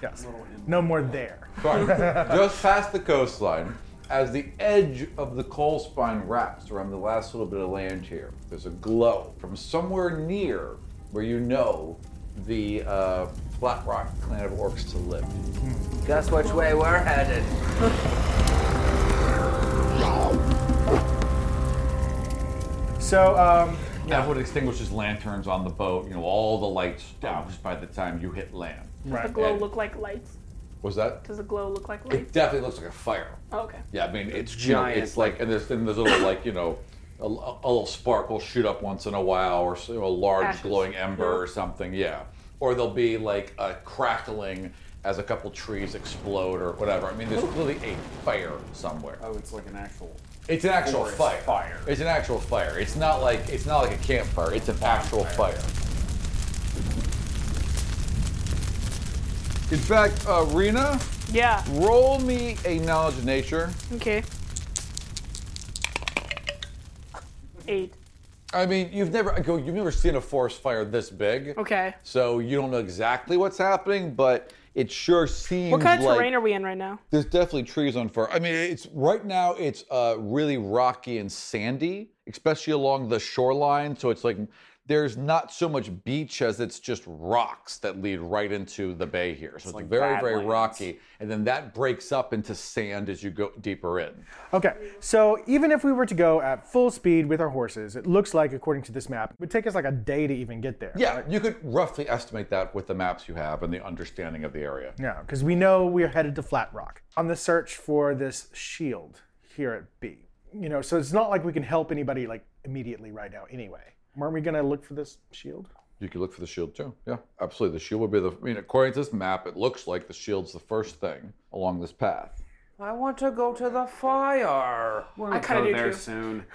S4: Yes. No more there.
S6: just past the coastline, as the edge of the coal spine wraps around the last little bit of land here, there's a glow from somewhere near where you know the uh, Flat Rock clan of orcs to live.
S2: Guess which way we're headed?
S4: So um,
S6: That would extinguishes lanterns on the bout. You know, all the lights doused by the time you hit land.
S5: Does the glow look like lights?
S6: Was that?
S5: Does the glow look like
S6: It
S5: lights?
S6: definitely looks like a fire.
S5: Oh, okay.
S6: Yeah, I mean it's giant.
S7: giant,
S6: it's like and there's and there's a little like you know a, a little spark will shoot up once in a while or so, a large
S5: Ashes.
S6: glowing ember or something. Yeah, or there'll be like a crackling as a couple trees explode or whatever. I mean there's clearly a fire somewhere.
S3: Oh, it's like an actual.
S6: It's an actual
S3: Forest
S6: fire.
S3: fire.
S6: It's an actual fire. It's not like it's not like a campfire. It's an actual fire. In fact, uh, Rena,
S5: Yeah.
S6: roll me a knowledge of nature.
S5: Okay. Eight.
S6: I mean, you've never go- you've never seen a forest fire this big.
S5: Okay.
S6: So you don't know exactly what's happening, but it sure seems
S5: What kind of
S6: like
S5: terrain are we in right now?
S6: there's definitely trees on fire. I mean, it's right now it's uh, really rocky and sandy, especially along the shoreline. So it's like there's not so much beach as it's just rocks that lead right into the bay here. So it's, very, very rocky, and then that breaks up into sand as you go deeper in.
S4: Okay, so even if we were to go at full speed with our horses, it looks like, according to this map, it would take us like a day to even get there.
S6: Yeah, you could roughly estimate that with the maps you have and the understanding of the area.
S4: Yeah, because we know we are headed to Flat Rock on the search for this shield here at B. You know, so it's not like we can help anybody like immediately right now anyway. Weren't we gonna look for this shield?
S6: You could look for the shield too. Yeah, absolutely. The shield would be the. I mean, according to this map, it looks like the shield's the first thing along this path.
S7: I want to go to the fire.
S5: I kind of do
S9: there
S5: too.
S9: soon.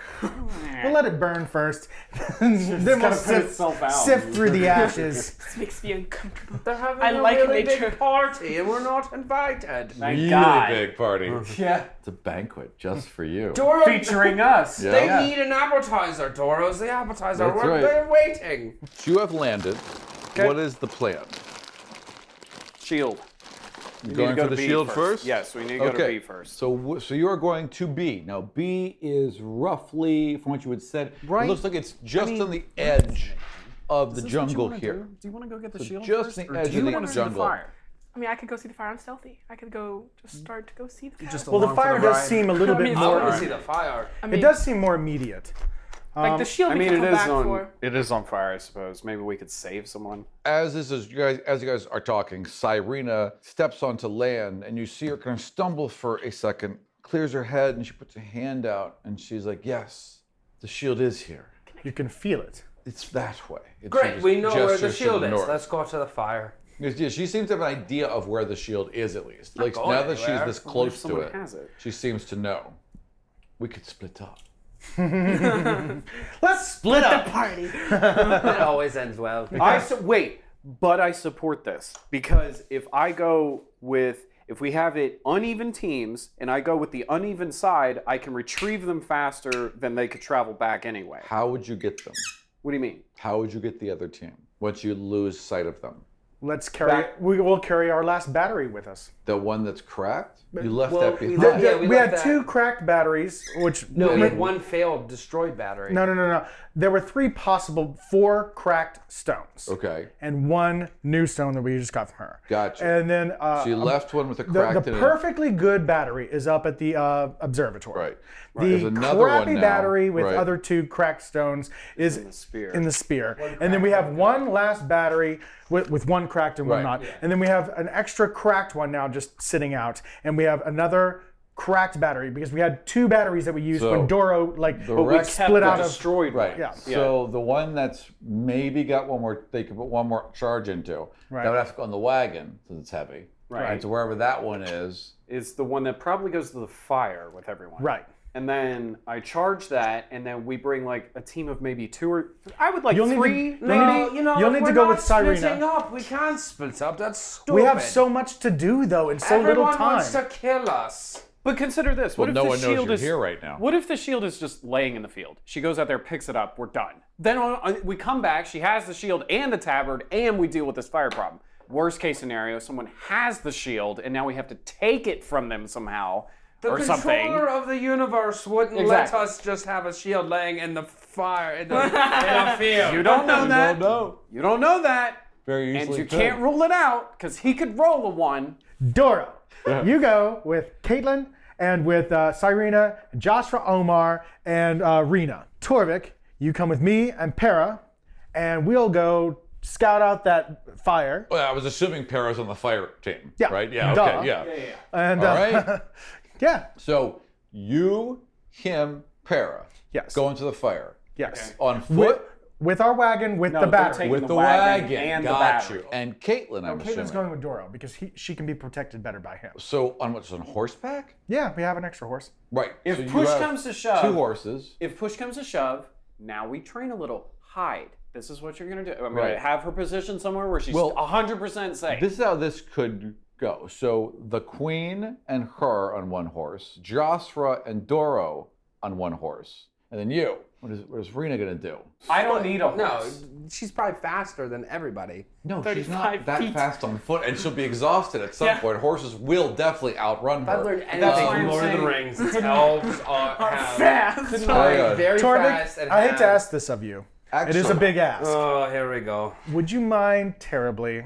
S4: We'll let it burn first. then we'll
S9: gotta put
S4: sift,
S9: itself out.
S4: sift through the ashes.
S5: This makes me uncomfortable.
S7: They're having
S5: I
S7: a
S5: like
S7: really
S5: nature.
S7: big party and we're not invited.
S9: Thank
S6: really
S9: God.
S6: big party.
S9: Yeah.
S6: It's a banquet just for you.
S7: Dora,
S9: Featuring us.
S7: they
S6: Yeah.
S7: need an appetizer, Doros. The appetizer.
S6: That's
S7: we're,
S6: right.
S7: They're waiting.
S6: You have landed. What is the plan?
S3: Shield.
S6: You're
S3: We need
S6: going
S3: to go
S6: for the
S3: to B
S6: shield first?
S3: Yes, we need to go to B first.
S6: So, w- so you're going to B. Now, B is roughly, from what you had said,
S4: Right.
S6: it looks like it's just on the edge of the jungle here.
S9: you want to go get the shield
S6: just first, the or do edge of you the wanna see the jungle. fire?
S5: I mean, I could go see the fire. I'm stealthy. I could go just
S4: Mm.
S5: start to go see the fire.
S4: well, the fire does seem a little
S5: I
S4: bit
S5: mean,
S4: more.
S7: I want to see the fire.
S5: I
S4: It
S5: mean,
S4: does seem more immediate.
S5: like
S4: um,
S5: the shield
S9: I
S5: we
S9: mean,
S5: can
S9: it
S5: come
S9: is
S5: back
S9: on.
S5: for.
S9: It is on fire, I suppose. Maybe we could save someone.
S6: as this is you guys as you guys are talking, Cyrena steps onto land and you see her kind of stumble for a second, clears her head, and she puts her hand out and she's like, Yes, the shield is here.
S4: You can feel it.
S6: It's that way. It's
S7: Great,
S6: just
S7: we know where the
S6: gestures to
S7: shield is.
S6: north.
S7: Let's go to the fire.
S6: Yes, yes, she seems to have an idea of where the shield is at least. Like
S7: going
S6: now that she's
S7: anywhere.
S6: this close to
S9: someone
S6: it,
S9: has it.
S6: she seems to know. We could split up.
S4: Let's split up.
S7: It always ends well.
S3: I su- wait, but I support this because if I go with if we have it uneven teams and I go with the uneven side, I can retrieve them faster than they could travel back anyway.
S6: How would you get them?
S3: What do you mean?
S6: How would you get the other team once you lose sight of them?
S4: Let's carry. We will carry our last battery with us.
S6: The one that's cracked? You left
S7: Well,
S6: that
S7: we
S6: behind.
S7: left- Yeah,
S4: we
S7: we left
S4: had
S7: that.
S4: two cracked batteries, which
S7: No, we had one failed destroyed battery.
S4: No, no, no, no. There were three possible, four cracked stones,
S6: Okay.
S4: and one new stone that we just got from her.
S6: Gotcha.
S4: And then uh,
S6: So you left one with a
S4: the,
S6: crack
S4: the
S6: in
S4: perfectly good battery is up at the uh, observatory.
S6: Right. There's
S4: The
S6: another one
S4: crappy
S6: now.
S4: battery with
S6: Right.
S4: other two cracked stones is in the
S3: spear.
S4: spear. And then we have one last battery with, with one cracked and one
S6: Right.
S4: not. And then we have an extra cracked one now just sitting out. And we have another cracked battery because we had two batteries that we used
S6: So
S4: when Doro like
S6: the rest
S4: split
S6: were
S4: out of
S3: Destroyed.
S6: Right.
S4: Yeah.
S6: So the one that's maybe got one more, they could put one more charge into.
S4: Right.
S6: That would have to go on the wagon since it's heavy. Right. So wherever that one is,
S3: Is the one that probably goes to the fire with everyone.
S4: Right.
S3: And then I charge that, and then we bring like a team of maybe two or I would like
S4: You'll need to-
S3: three.
S4: you'll need to- you'll
S7: if
S4: need to
S7: we're
S4: go
S7: not
S4: with Cyrena.
S7: splitting up. We can't split up. That's stupid.
S4: We have so much to do though in so
S7: Everyone
S4: little time.
S7: wants to kill us.
S3: But consider this:
S6: Well,
S3: what
S6: no
S3: if the
S6: one knows
S3: shield
S6: you're
S3: is
S6: here right now.
S3: What if the shield is just laying in the field? She goes out there, picks it up. We're done. Then on- on- we come back. She has the shield and the tabard, and we deal with this fire problem. Worst case scenario: someone has the shield, and now we have to take it from them somehow
S7: The
S3: or
S7: controller
S3: something.
S7: of the universe wouldn't
S3: Exactly.
S7: let us just have a shield laying in the fire in the, in a field.
S3: You don't know that.
S6: no,
S3: You don't know that,
S6: very
S3: and
S6: easily.
S3: you
S6: could.
S3: can't rule it out because he could roll a one.
S4: Dora, you go with Caitlin and with uh, Cyrena, Joshua Omar, and uh, Rena. Torvik, you come with me and Para, and we'll go scout out that fire.
S6: Well, I was assuming Paris on the fire team.
S4: Yeah.
S6: Right? Yeah.
S4: Duh.
S6: Okay. Yeah.
S4: And
S6: All
S4: uh,
S6: right.
S4: yeah,
S6: so you, him, Para.
S4: Yes.
S6: Going to the fire.
S4: yes,
S6: On foot.
S4: with, with our wagon with the
S9: they're
S4: battery.
S9: taking
S6: with
S9: the
S6: the,
S9: wagon
S6: wagon,
S9: and the
S6: got
S9: battery.
S6: you. And Caitlin, I'm assuming.
S4: Caitlin's going with Doro because he, she can be protected better by him.
S6: So on what's on horseback?
S4: Yeah, we have an extra horse.
S6: Right. If
S3: push comes to shove-
S6: two horses.
S3: if push comes to shove, now we train a little. Hide. This is what you're gonna do. I'm
S6: Right.
S3: gonna have her positioned somewhere where she's
S6: Well,
S3: 100% safe.
S6: This is how this could go. So the queen and her on one horse, Josra and Doro on one horse, and then you. What is what is Rena gonna do?
S3: I don't need a horse.
S7: No, she's probably faster than everybody.
S6: No, she's not that fast on foot, and she'll be exhausted at some
S3: Yeah.
S6: point. Horses will definitely outrun her.
S7: I've learned anything
S3: That's why
S7: from
S3: I'm
S7: Lord of the
S3: saying-
S7: Rings. It's elves are, have
S3: Fast.
S6: Oh, yeah.
S7: very fast.
S4: Torvik,
S7: And
S4: I hate
S7: have-
S4: to ask this of you. It is a
S6: Excellent.
S4: big ask.
S7: Oh, here we go.
S4: Would you mind terribly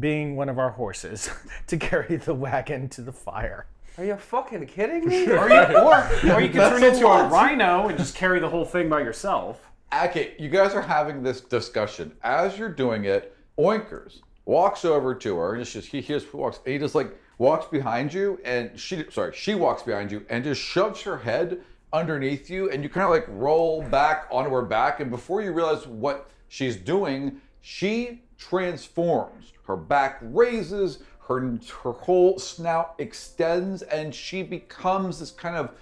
S4: being one of our horses to carry the wagon to the fire?
S7: Are you fucking kidding me?
S3: Or you, or, or you can turn into a rhino and just carry the whole thing by yourself.
S6: Okay, you guys are having this discussion. As you're doing it, Oinkers walks over to her, and it's just, he just walks, he just like walks behind you, and she, sorry, she walks behind you, and just shoves her head underneath you, and you kind of like roll back onto her back, and before you realize what she's doing, she transforms. Her back raises, her her whole snout extends, and she becomes this kind of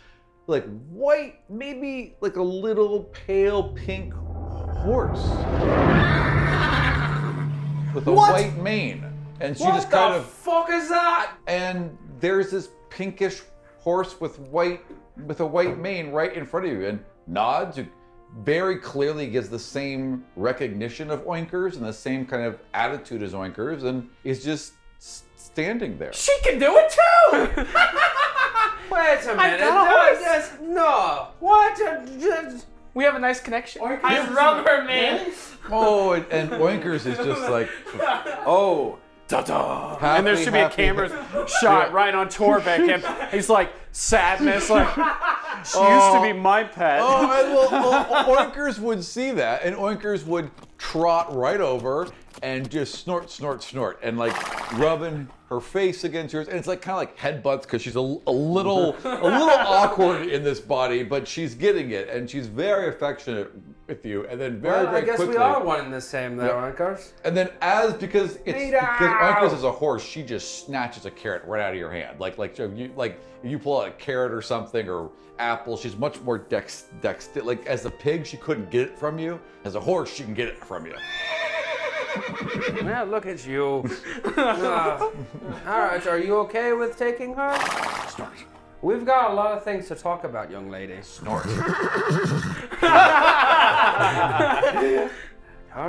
S6: like white, maybe like a little pale pink horse with a white mane. And she just kind of
S7: fuck is that?
S6: and there's this pinkish horse with white with a white mane right in front of you and nods You- very clearly gives the same recognition of oinkers and the same kind of attitude as oinkers and is just s- standing there
S7: She can do it too. Wait a
S5: got a
S7: minute. no,
S5: horse.
S7: yes, no. What? a- just-
S5: We have a nice connection.
S7: I love her, man.
S6: oh and, and oinkers is just like oh da da
S3: And there should be a camera shot right on Torvik, and he's like sadness, like she used to be my pet.
S6: Oh, and well, well, Oinkers would see that, and Oinkers would trot right over and just snort, snort, snort, and like rubbing her face against yours. And it's like kind of like headbutts because she's a, a little, a little awkward in this body, but she's getting it, and she's very affectionate with you. And then very,
S7: Well, I
S6: very
S7: guess
S6: quickly,
S7: we are one and the same, though, aren't ours?
S6: and then as because it's
S7: Beat
S6: because Oinkers
S7: out.
S6: is a horse, she just snatches a carrot right out of your hand. Like like so you like you pull out a carrot or something or apple. She's much more dex dex like as a pig she couldn't get it from you. As a horse she can get it from you.
S7: Yeah, look at you. Ah. all right, are you okay with taking her?
S6: Snort,
S7: We've got a lot of things to talk about, young lady.
S6: snort.
S7: All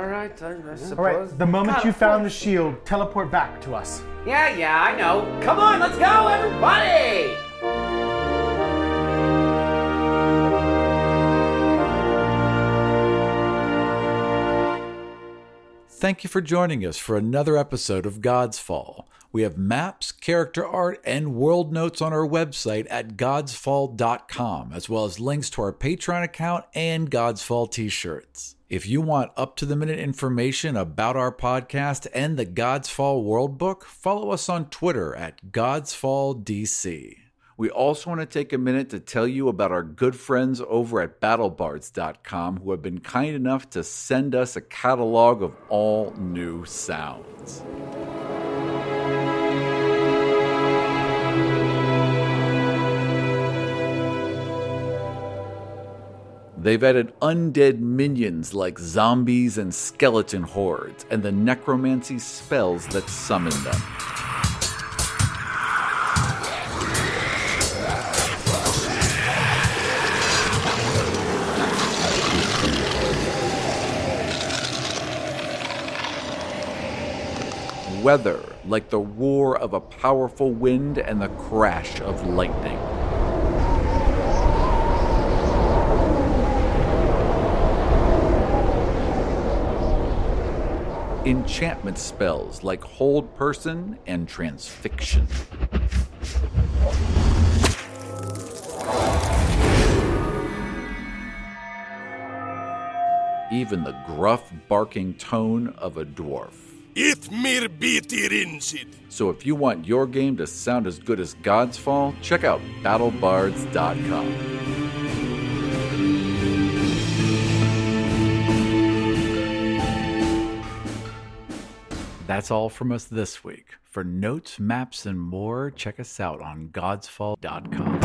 S7: right, I, I suppose.
S4: All right, the moment you found the shield, teleport back to us.
S7: Yeah, yeah, I know. Come on, let's go, everybody!
S1: Thank you for joining us for another episode of God's Fall. We have maps, character art, and world notes on our website at godsfall.com, as well as links to our Patreon account and God's Fall t shirts. If you want up to the minute information about our podcast and the God's Fall World Book, follow us on Twitter at GodsFallDC. We also want to take a minute to tell you about our good friends over at battlebards.com who have been kind enough to send us a catalog of all new sounds. They've added undead minions like zombies and skeleton hordes, and the necromancy spells that summon them. Weather like the roar of a powerful wind and the crash of lightning. enchantment spells like Hold Person and Transfixion. Even the gruff barking tone of a dwarf.
S10: Ithmir bitirinsid.
S1: So if you want your game to sound as good as God's Fall, check out battlebards.com. That's all from us this week. For notes, maps, and more, check us out on godsfall.com.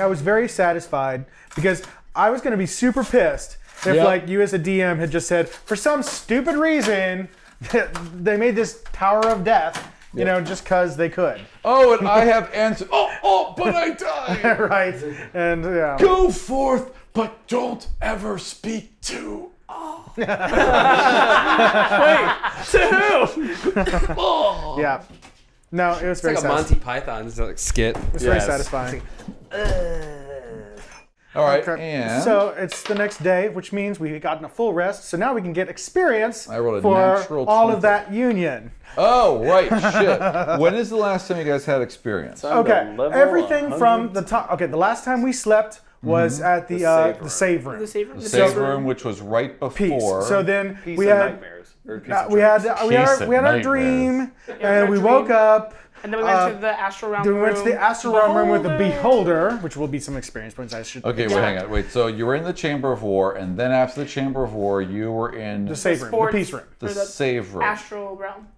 S4: I was very satisfied because I was going to be super pissed if,
S6: Yep.
S4: like, you as a DM had just said, for some stupid reason, they made this Tower of Death you know, just because they could,
S6: Oh, and I have answered. Oh, oh, but I die.
S4: right? And yeah,
S6: Go forth, but don't ever speak to.
S4: yeah. No, it was very
S7: Like a
S4: satisfying.
S7: Monty Python it's like skit.
S4: It's very satisfying.
S7: Uh,
S6: All right,
S4: Okay.
S6: and
S4: So it's the next day, which means we've gotten a full rest. So now we can get experience
S6: I rolled a
S4: for
S6: natural
S4: all
S6: 20.
S4: of that union.
S6: oh right, shit. when is the last time you guys had experience?
S4: Okay,
S8: level
S4: everything from the top. Okay, the last time we slept was
S6: Mm-hmm.
S4: at the, uh, the save room.
S5: The save room. The
S6: Save room, which was right before.
S4: piece. So then we
S8: and
S4: had,
S8: nightmares.
S4: uh, we had uh, we had
S6: Peace
S4: our,
S6: and
S4: we had our
S6: nightmares.
S4: dream,
S5: our
S4: and we
S5: dream.
S4: woke up.
S5: And then we went
S4: Uh,
S5: to the astral realm.
S4: Then we went to the astral realm room with the
S5: Beholder.
S4: beholder, which will be some experience points. I should
S6: Okay, wait, hang on. Wait, so you were in the Chamber of War, and then after the Chamber of War, you were in
S4: the save room,
S5: sports-
S4: the peace room.
S6: the
S5: or the
S6: save room.
S5: Astral realm.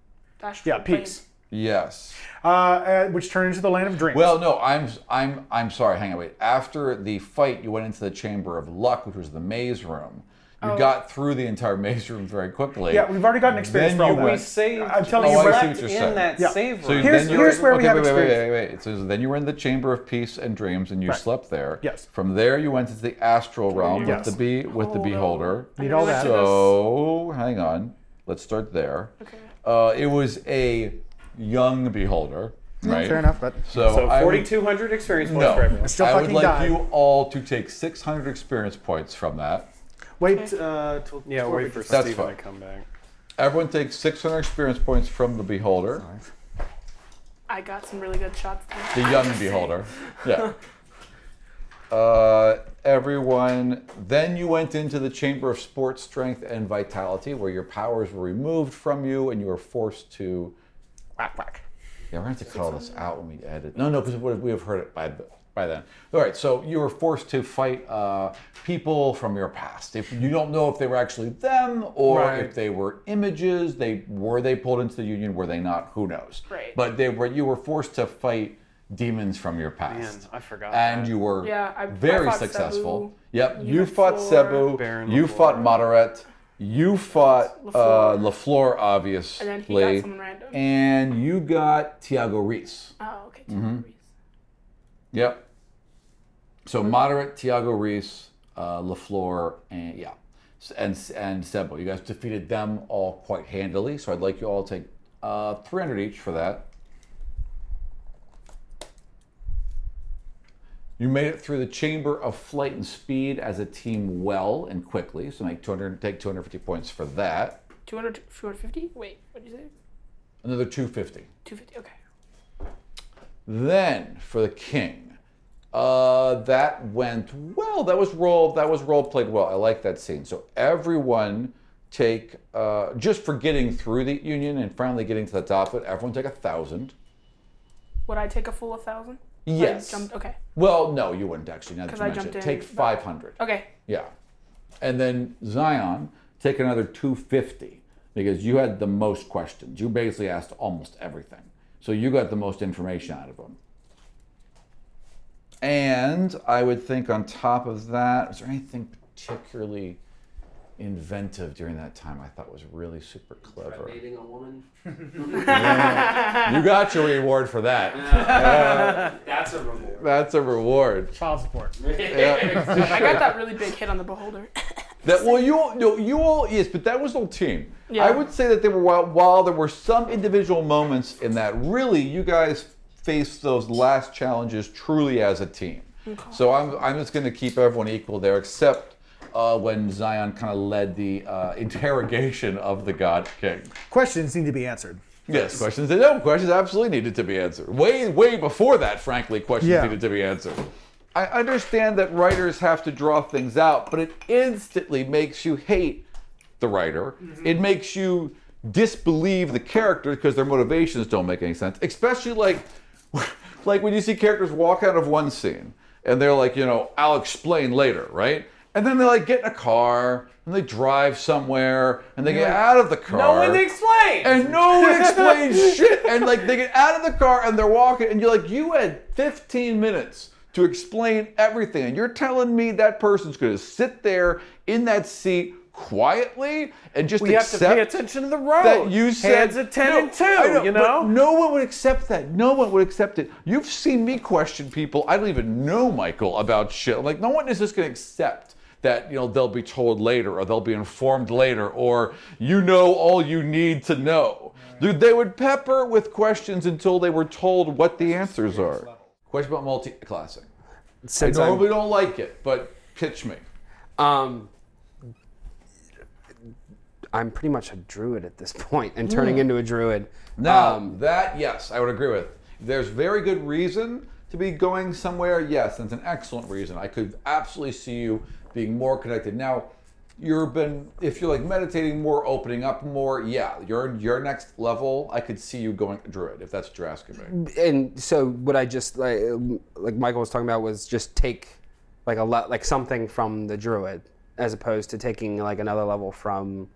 S5: Astral
S4: Yeah, peace.
S6: Yes.
S4: Uh, uh, which turned into the land of dreams.
S6: Well, no, I'm, I'm, I'm sorry. Hang on, wait. After the fight, you went into the Chamber of Luck, which was the maze room. You got through the entire maze room very quickly.
S4: Oh. yeah, we've already gotten experience
S6: Then
S4: for all
S6: you
S4: that.
S6: went-
S4: I'm telling
S6: Oh,
S4: you,
S6: I
S4: we're-
S6: see what you're saying.
S8: in that
S4: Yeah.
S8: save room.
S6: So
S4: Here's-
S6: then you
S4: here's
S6: were,
S4: where we
S6: okay,
S4: have
S6: wait, wait, wait, wait,
S4: experience.
S6: wait, So then you were in the Chamber of Peace and Dreams, and you slept there.
S4: Yes.
S6: From there, you went into the astral realm
S4: Yes.
S6: with the be with the Beholder.
S4: Need all that.
S6: So hang on, let's start there. Okay. Uh, it was a young Beholder, right?
S4: Fair enough, but
S6: So,
S8: So
S6: I would-
S8: 4,200 experience points
S6: no,
S8: for everyone.
S4: still
S6: I would
S4: fucking
S6: like
S4: die.
S6: you all to take 600 experience points from that.
S4: wait uh, till
S8: Yeah, wait for
S6: That's
S8: Steven to
S6: fine.
S8: come back.
S6: Everyone takes 600 experience points from the Beholder,
S5: I got some really good shots.
S6: the young Beholder. Yeah. Uh, everyone. Then you went into the Chamber of Sports, Strength, and Vitality, where your powers were removed from you and you were forced to
S8: Whack, whack.
S6: Yeah, we're going to have to call this out when we edit. No, no, because we have heard it by th- by then. All right, so you were forced to fight uh, people from your past. If you don't know if they were actually them or
S4: Right.
S6: if they were images, they were they pulled into the union, were they not? Who knows?
S5: Right.
S6: But they were. You were forced to fight demons from your past.
S8: Man, I forgot
S6: And
S8: that.
S6: you were
S5: Yeah, I- I
S6: very
S5: fought
S6: successful.
S5: Sabu.
S6: Yep, you,
S5: You
S6: fought
S5: fought
S6: Sebu.
S8: Baron
S6: you
S8: LaFleur.
S6: fought Moderate. You fought uh, Lafleur, obviously.
S5: then he got someone random.
S6: And you got Tiago Reese.
S5: Oh, okay.
S4: Mm-hmm.
S6: Yep. So moderate Tiago Reese, uh, Lafleur, and yeah, S- and and Sebo. You guys defeated them all quite handily. So I'd like you all to take uh, 300 each for that. You made it through the chamber of flight and speed as a team well and quickly. So make 200, take 250 points for that.
S5: 200, 250? Wait, what did you say?
S6: Another 250.
S5: 250, okay.
S6: Then for the king, uh, that went well. That was role. That was role played well. I like that scene. So everyone take uh, just for getting through the union and finally getting to the top of it. Everyone take a thousand.
S5: Would I take a full 1,000?
S6: Yes.
S5: Jumped, okay.
S6: Well, no, you wouldn't actually. Now that
S5: 'Cause
S6: you
S5: I
S6: mention
S5: jumped
S6: it,
S5: in,
S6: take
S5: but-
S6: five hundred.
S5: Okay.
S6: Yeah, and then Zion take another two fifty because you had the most questions. You basically asked almost everything, so you got the most information out of them. And I would think on top of that, was there anything particularly inventive during that time I thought was really super clever?
S7: a woman.
S6: You got your reward for that.
S7: That's a reward.
S6: That's a reward.
S4: child support.
S5: I got that really big hit on the beholder.
S6: That well, you all- no, you all yes, but that was the whole team.
S5: Yeah.
S6: I would say that there were while, while there were some individual moments in that, really, you guys faced those last challenges truly as a team. So I'm I'm just going to keep everyone equal there, except uh, when Zion kind of led the uh, interrogation of the God King.
S4: Questions need to be answered.
S6: Yes, questions and no questions absolutely needed to be answered. Way, way before that, frankly, questions
S4: Yeah.
S6: needed to be answered. I understand that writers have to draw things out, but it instantly makes you hate the writer. It makes you disbelieve the character because their motivations don't make any sense. Especially like, like when you see characters walk out of one scene and they're like, you know, I'll explain later, right? And then they like get in a car and they drive somewhere and they get out of the car.
S8: No one explained!
S6: And no one explains shit. And like they get out of the car and they're walking, and you're like, you had 15 minutes to explain everything. And you're telling me that person's gonna sit there in that seat quietly and just
S8: We have to
S6: accept
S8: pay attention to the road.
S6: that you said
S8: Hands at 10 and 2,
S6: I
S8: you
S6: but
S8: know?
S6: no one would accept that. No one would accept it. You've seen me question people. I don't even know Michael about shit. Like no one is just going to accept that you know they'll be told later or they'll be informed later or you know all you need to know. Dude, they would pepper with questions until they were told what the answers are. Question about multi-classing. I
S7: Since
S6: normally
S7: I'm,
S6: don't like it, but pitch me.
S7: um, I'm pretty much a druid at this point, and turning into a druid.
S6: Now,
S7: um,
S6: that, yes, I would agree with. There's very good reason to be going somewhere. Yes, that's an excellent reason. I could absolutely see you being more connected. Now, you've been, if you're like meditating more, opening up more, yeah, your, your next level, I could see you going druid, if that's what you're asking me.
S7: and so what I just like, um, like Michael was talking about was just take like a lot like something from the druid as opposed to taking like another level from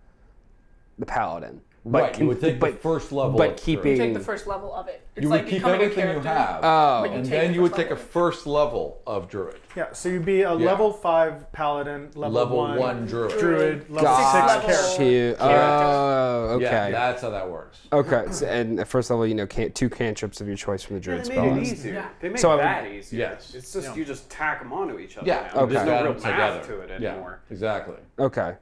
S7: the paladin. But
S6: Right, you would take the first level
S7: But
S6: of the druid.
S7: keeping
S11: Take the first level of it. It's
S6: You
S11: like
S6: would keep
S11: becoming a
S6: everything you
S11: character.
S6: have,
S7: Oh.
S11: but you
S6: and
S11: take
S6: then
S11: the
S6: you would
S11: first
S6: take a
S11: level.
S6: first level of druid.
S4: Yeah, so you'd be a level five paladin, level,
S6: Level
S4: one,
S6: one druid.
S4: druid, level
S7: God,
S4: six character.
S7: shoot. Oh, okay.
S6: Yeah, that's how that works.
S7: Okay, so, and at first level, you know, can, two cantrips of your choice from the druid spell. list.
S8: easier. They made
S7: So I would-
S8: that easier.
S6: Yes.
S8: It's just you just tack them onto each other.
S6: Yeah,
S8: Now.
S6: you just
S7: Okay.
S6: add
S8: There's no
S6: them
S8: real math to
S6: together.
S8: it
S6: Yeah,
S8: anymore.
S6: exactly.
S7: Okay,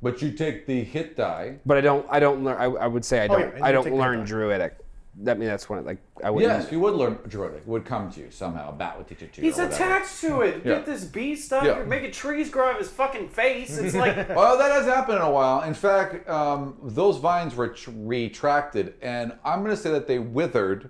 S6: But you take the hit die.
S7: but I don't, I don't learn. I, I would say I
S4: Oh,
S7: don't,
S4: yeah, and
S7: I
S4: you
S7: don't
S4: take that
S7: learn
S4: back.
S7: druidic. That mean that's when it, like I wouldn't.
S6: Yes, you would learn druidic. It would come to you somehow. A bat would teach it to you.
S8: He's
S6: or whatever.
S8: attached to it.
S6: Yeah.
S8: Get this beast out
S6: Yeah.
S8: here. Making trees grow out of his fucking face. It's like
S6: Well, that has happened in a while. In fact, um, those vines were tr- retracted, and I'm going to say that they withered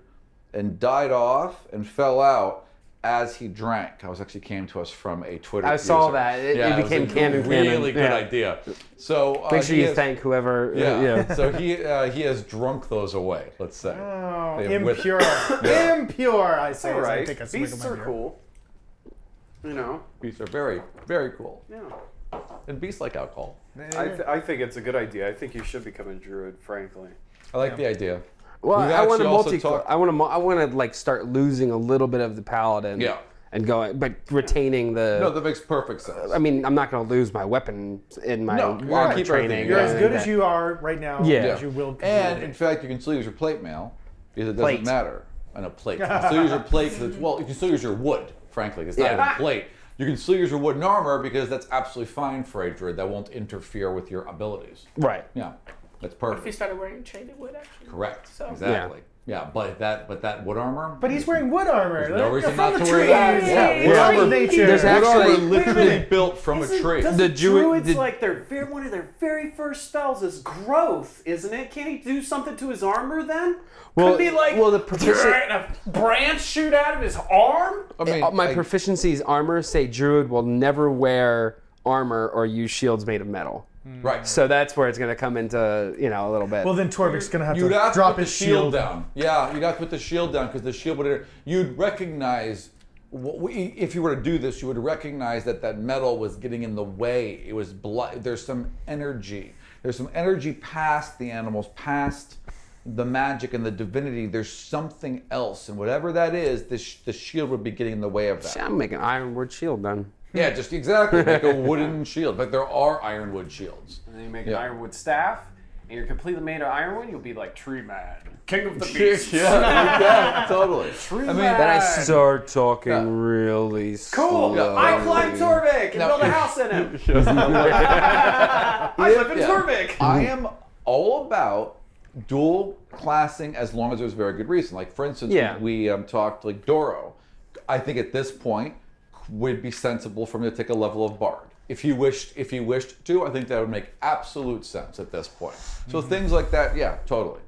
S6: and died off and fell out as he drank. I was actually came to us from a Twitter.
S7: I saw
S6: user.
S7: that. It- it
S6: was
S7: became
S6: a
S7: canon canon.
S6: Really good
S7: Yeah.
S6: idea. So uh,
S7: Make sure
S6: he
S7: you
S6: has-
S7: thank whoever. uh,
S6: Yeah.
S7: yeah.
S6: so he uh, he has drunk those away. Let's say. Oh,
S4: Impure. Impure, I say. as I
S8: right.
S4: take a swig of
S8: Beasts
S4: my
S8: are
S4: beer.
S8: cool. You know.
S6: Beasts are very very cool.
S8: Yeah.
S6: And beasts like alcohol.
S8: I, th- I think it's a good idea. I think you should become a druid, frankly.
S6: I like the idea.
S7: Well,
S6: We've
S7: I want
S6: actually
S7: to
S6: also
S7: multi.
S6: talked-
S7: I want to. I want to like start losing a little bit of the paladin.
S6: Yeah.
S7: And going, but retaining the.
S6: No, that makes perfect sense.
S7: I mean, I'm not going to lose my weapon in my
S6: No,
S7: armor
S6: you're gonna keep everything.
S7: training.
S4: You're
S6: Yeah,
S4: as
S7: and
S4: good
S7: that-
S4: as you are right now.
S7: Yeah.
S4: As you will.
S6: and in fact, you can still use your plate mail because it doesn't
S7: Plate.
S6: matter. And a plate. You can still use your plate. 'cause it's- well, you can still use your wood. Frankly, it's not
S7: Yeah.
S6: even a plate. You can still use your wooden armor because that's absolutely fine for a druid. That won't interfere with your abilities.
S7: Right.
S6: Yeah, that's
S11: If you
S6: perfect.
S11: started wearing chain, it would actually.
S6: Correct.
S11: So-
S6: Exactly. Yeah. but that but that wood armor.
S4: But he's wearing wood armor.
S6: no
S4: Like,
S6: reason
S4: from
S6: not
S4: the
S6: to
S4: trees.
S6: wear that.
S4: Yeah,
S6: Yeah,
S4: wood
S6: yeah.
S4: armor nature.
S7: There's
S6: Wood armor
S7: actually-
S6: literally built from a
S8: Isn't-
S6: tree.
S8: doesn't
S7: The Jew-
S8: druids
S7: the-
S8: like their very one of their very first spells is growth, isn't it? Can he do something to his armor then?
S7: Well,
S8: Could be like
S7: well, the proficiency-
S8: "Grr," and a branch shoot out of his arm.
S6: I mean,
S7: Uh, my
S6: I-
S7: proficiencies armor say druid will never wear armor or use shields made of metal.
S6: right.
S7: So that's where it's going to come into you know a little bit.
S4: Well, then Torvik's gonna have
S6: You'd
S4: to
S6: have
S4: drop
S6: to put
S4: his
S6: the shield
S4: shield.
S6: down. Yeah, you'd have to put the shield down because the shield would. inter- You'd recognize wh- wh- if you were to do this, you would recognize that that metal was getting in the way. It was bl- there's some energy. There's some energy past the animals, past the magic and the divinity. There's something else, and whatever that is, the, sh- the shield would be getting in the way of that.
S7: I'm making ironwood shield then.
S6: Yeah, just exactly like a wooden shield. But there are ironwood shields.
S8: And then you make
S6: Yeah.
S8: an ironwood staff, and you're completely made of ironwood. You'll be like tree man, king of the
S6: yeah,
S8: beasts.
S6: yeah, totally. I mean,
S7: Then I start talking
S6: Yeah.
S7: really
S8: Cool.
S7: slow.
S8: I climb Torvik and
S6: No.
S8: build a house in him. I live in
S6: Yeah.
S8: Torvik.
S6: I am all about dual classing as long as there's very good reason. Like for instance,
S7: Yeah.
S6: we um, talked like Doro. I think at this point would be sensible for me to take a level of bard. If he wished, if he wished to, I think that would make absolute sense at this point. So things like that, yeah, totally.